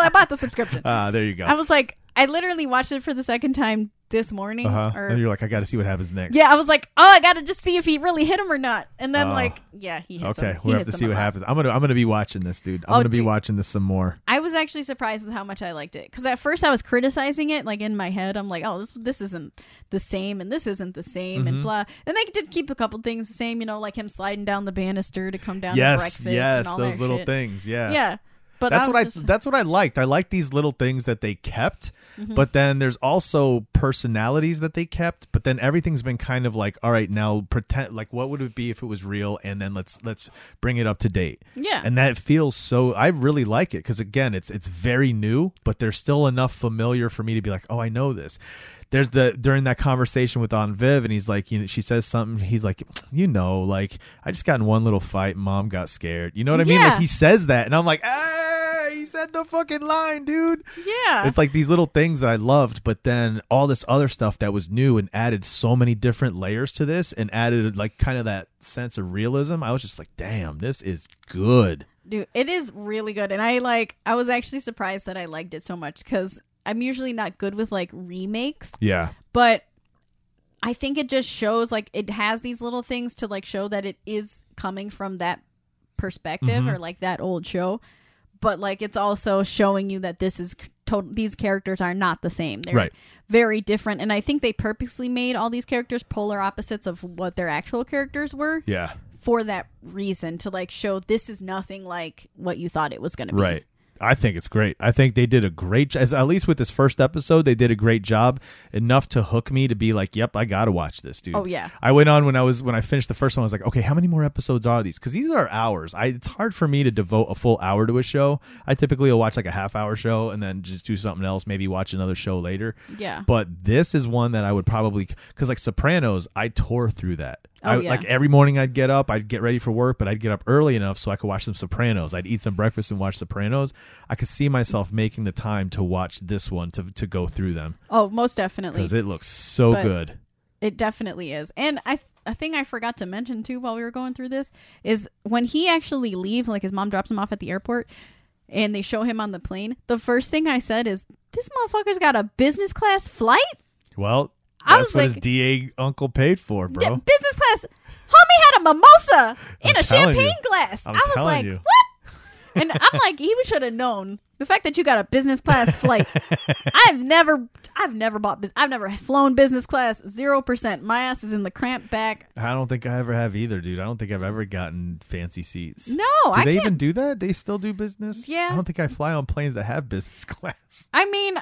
Speaker 2: I bought the subscription.
Speaker 1: Ah, there you go.
Speaker 2: I was like, I literally watched it for the second time this morning.
Speaker 1: uh-huh.
Speaker 2: Or
Speaker 1: and you're like, "I got to see what happens next."
Speaker 2: yeah, I was like, oh, I gotta just see if he really hit him or not. And then
Speaker 1: Oh.
Speaker 2: like, yeah, he hits him.
Speaker 1: Okay,
Speaker 2: He
Speaker 1: we will have to
Speaker 2: hits
Speaker 1: see
Speaker 2: him a
Speaker 1: what
Speaker 2: lot.
Speaker 1: happens. I'm gonna I'm gonna be watching this, dude. I'm
Speaker 2: Oh,
Speaker 1: gonna be
Speaker 2: dude.
Speaker 1: watching this some more.
Speaker 2: I was actually surprised with how much I liked it because at first I was criticizing it, like in my head, I'm like, "Oh, this this isn't the same, and this isn't the same,
Speaker 1: Mm-hmm.
Speaker 2: and blah." And they did keep a couple things the same, you know, like him sliding down the banister to come down to
Speaker 1: yes,
Speaker 2: breakfast.
Speaker 1: yes,
Speaker 2: and all
Speaker 1: those
Speaker 2: that
Speaker 1: little
Speaker 2: shit.
Speaker 1: things. Yeah,
Speaker 2: Yeah, but
Speaker 1: that's
Speaker 2: I
Speaker 1: what I
Speaker 2: was just-
Speaker 1: that's what I liked. I liked these little things that they kept,
Speaker 2: Mm-hmm.
Speaker 1: but then there's also personalities that they kept. But then everything's been kind of like, all right, now pretend like what would it be if it was real, and then let's let's bring it up to date.
Speaker 2: Yeah.
Speaker 1: and that feels so. I really like it because again, it's it's very new, but there's still enough familiar for me to be like, oh, I know this. There's the during that conversation with Aunt Viv, and he's like, you know, she says something. He's like, you know, like I just got in one little fight. Mom got scared. You know what I mean?
Speaker 2: Yeah.
Speaker 1: Like he says that, and I'm like, ah, he said the fucking line, dude.
Speaker 2: yeah,
Speaker 1: It's like these little things that I loved, but then all this other stuff that was new and added so many different layers to this and added like kind of that sense of realism. I was just like, damn, this is good.
Speaker 2: Dude, it is really good, and I like. I was actually surprised that I liked it so much because I'm usually not good with like remakes,
Speaker 1: Yeah.
Speaker 2: but I think it just shows like it has these little things to like show that it is coming from that perspective
Speaker 1: Mm-hmm.
Speaker 2: or like that old show, but like it's also showing you that this is c- total. These characters are not the same. They're
Speaker 1: Right.
Speaker 2: very different, and I think they purposely made all these characters polar opposites of what their actual characters were
Speaker 1: Yeah.
Speaker 2: for that reason to like show this is nothing like what you thought it was going to be.
Speaker 1: Right. I think it's great. I think they did a great job. At least with this first episode, they did a great job enough to hook me to be like, "Yep, I gotta watch this, dude."
Speaker 2: Oh, yeah.
Speaker 1: I went on when I was when I finished the first one. I was like, "Okay, how many more episodes are these?" Because these are hours. I it's hard for me to devote a full hour to a show. I typically will watch like a half hour show and then just do something else. Maybe watch another show later.
Speaker 2: Yeah.
Speaker 1: But this is one that I would probably because like Sopranos, I tore through that.
Speaker 2: Oh,
Speaker 1: I,
Speaker 2: yeah.
Speaker 1: Like every morning, I'd get up, I'd get ready for work, but I'd get up early enough so I could watch some Sopranos. I'd eat some breakfast and watch Sopranos. I could see myself making the time to watch this one to to go through them
Speaker 2: Oh, most definitely.
Speaker 1: because it looks so
Speaker 2: But-
Speaker 1: good.
Speaker 2: It definitely is. And I th- a thing I forgot to mention too while we were going through this is when he actually leaves, like his mom drops him off at the airport and they show him on the plane, the first thing I said is, This motherfucker's got a business class flight?
Speaker 1: Well,
Speaker 2: I
Speaker 1: that's
Speaker 2: was
Speaker 1: what his
Speaker 2: like-
Speaker 1: DA uncle paid for, bro.
Speaker 2: Yeah, business class. Homie had a mimosa in
Speaker 1: Oh. I'm
Speaker 2: a
Speaker 1: telling
Speaker 2: champagne
Speaker 1: you.
Speaker 2: glass.
Speaker 1: I'm
Speaker 2: I was
Speaker 1: telling
Speaker 2: like,
Speaker 1: you.
Speaker 2: What? And I'm like, he should have known. The fact that you got a business class flight. I've never I've never bought bus- I've never flown business class. Zero percent. My ass is in the cramped back.
Speaker 1: I don't think I ever have either, dude. I don't think I've ever gotten fancy seats.
Speaker 2: No,
Speaker 1: do
Speaker 2: I
Speaker 1: they
Speaker 2: can't-
Speaker 1: even do that? They still do business.
Speaker 2: Yeah.
Speaker 1: I don't think I fly on planes that have business class.
Speaker 2: I mean,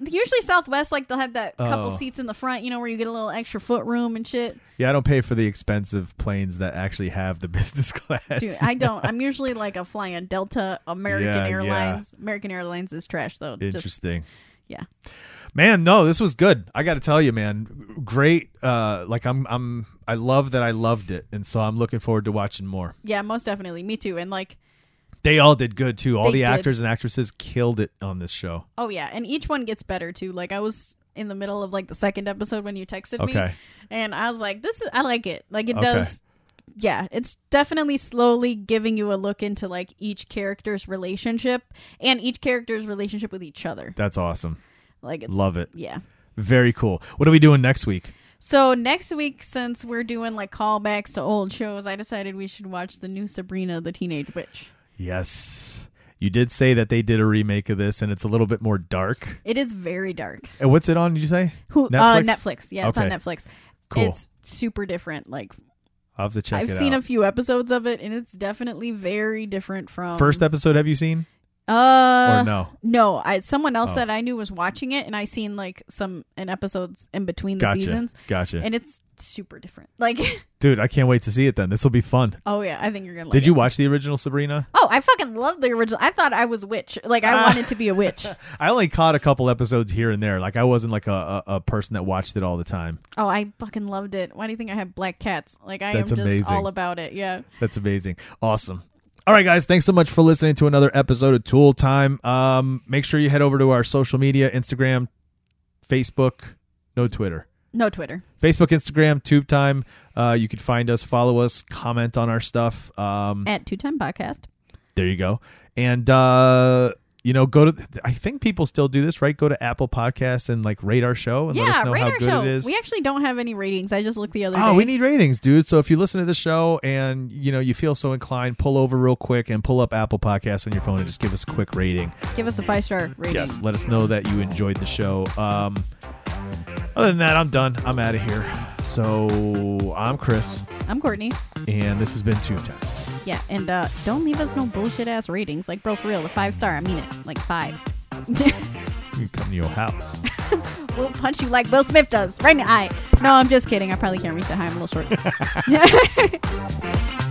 Speaker 2: usually Southwest like they'll have that couple
Speaker 1: Oh.
Speaker 2: seats in the front, you know, where you get a little extra foot room and shit.
Speaker 1: Yeah, I don't pay for the expensive planes that actually have the business class.
Speaker 2: Dude, I don't. I'm usually like a flying Delta, American
Speaker 1: Yeah, yeah.
Speaker 2: Airlines. American Airlines is trash though. Just,
Speaker 1: Interesting.
Speaker 2: yeah.
Speaker 1: man no this was good i gotta tell you man great uh like i'm i'm i love that i loved it and so i'm looking forward to watching more
Speaker 2: Yeah, most definitely. Me too. And like,
Speaker 1: they all did good too all
Speaker 2: They
Speaker 1: the
Speaker 2: did.
Speaker 1: actors and actresses killed it on this show
Speaker 2: oh yeah, and each one gets better too. Like I was in the middle of like the second episode when you texted me,
Speaker 1: Okay.
Speaker 2: and I was like, "This is I like it. Like it
Speaker 1: Okay.
Speaker 2: does." Yeah, it's definitely slowly giving you a look into like each character's relationship and each character's relationship with each other.
Speaker 1: that's awesome
Speaker 2: Like it's
Speaker 1: love it
Speaker 2: yeah.
Speaker 1: very cool what are we doing next week
Speaker 2: So next week, since we're doing like callbacks to old shows, I decided we should watch the new Sabrina the Teenage Witch.
Speaker 1: yes you did say that they did a remake of this and it's a little bit more dark
Speaker 2: It is very dark.
Speaker 1: and what's it on did you say
Speaker 2: Who Netflix? Uh, Netflix. Yeah, it's on
Speaker 1: Okay.
Speaker 2: Netflix.
Speaker 1: Cool.
Speaker 2: It's super different. Like
Speaker 1: i'll have to check
Speaker 2: I've
Speaker 1: it
Speaker 2: seen
Speaker 1: out
Speaker 2: a few episodes of it, and it's definitely very different from
Speaker 1: first episode have you seen
Speaker 2: Uh,
Speaker 1: or no
Speaker 2: no. I someone else
Speaker 1: Oh.
Speaker 2: that I knew was watching it, and I seen like some an episodes in between the
Speaker 1: gotcha
Speaker 2: seasons,
Speaker 1: gotcha
Speaker 2: and it's super different. Like,
Speaker 1: dude i can't wait to see it then this will be fun
Speaker 2: oh yeah, I think you're gonna. Like
Speaker 1: did you
Speaker 2: it.
Speaker 1: watch the original sabrina
Speaker 2: Oh, I fucking love the original. I thought I was witch. Like I wanted to be a witch.
Speaker 1: I only caught a couple episodes here and there. Like I wasn't like a, a, a person that watched it all the time.
Speaker 2: Oh, I fucking loved it. Why do you think I have black cats? Like I
Speaker 1: That's
Speaker 2: am just
Speaker 1: amazing.
Speaker 2: all about it. Yeah.
Speaker 1: That's amazing. Awesome. All right, guys. Thanks so much for listening to another episode of Tool Time. Um, make sure you head over to our social media: Instagram, Facebook, no Twitter.
Speaker 2: No Twitter.
Speaker 1: Facebook, Instagram, Tube Time. Uh, you can find us, follow us, comment on our stuff. Um,
Speaker 2: At two time podcast.
Speaker 1: There you go. And uh you know, go to I think people still do this, right? Go to Apple Podcasts and like rate our show and let us
Speaker 2: yeah,
Speaker 1: know
Speaker 2: rate
Speaker 1: how
Speaker 2: our
Speaker 1: good
Speaker 2: show.
Speaker 1: it is.
Speaker 2: We actually don't have any ratings. I just looked the other
Speaker 1: Oh,
Speaker 2: day.
Speaker 1: we need ratings, dude. So if you listen to the show and you know you feel so inclined, pull over real quick and pull up Apple Podcasts on your phone and just give us a quick rating.
Speaker 2: Give us a five star rating.
Speaker 1: Yes, let us know that you enjoyed the show. Um, other than that, I'm done. I'm out of here. So I'm Chris,
Speaker 2: I'm Courtney.
Speaker 1: and this has been Tube Time.
Speaker 2: Yeah, and uh, don't leave us no bullshit ass ratings. Like, bro, for real, the five star. I mean it. Like five.
Speaker 1: You can come to your house.
Speaker 2: we'll punch you like Will Smith does, right in the eye. No, I'm just kidding. I probably can't reach that high. I'm a little short.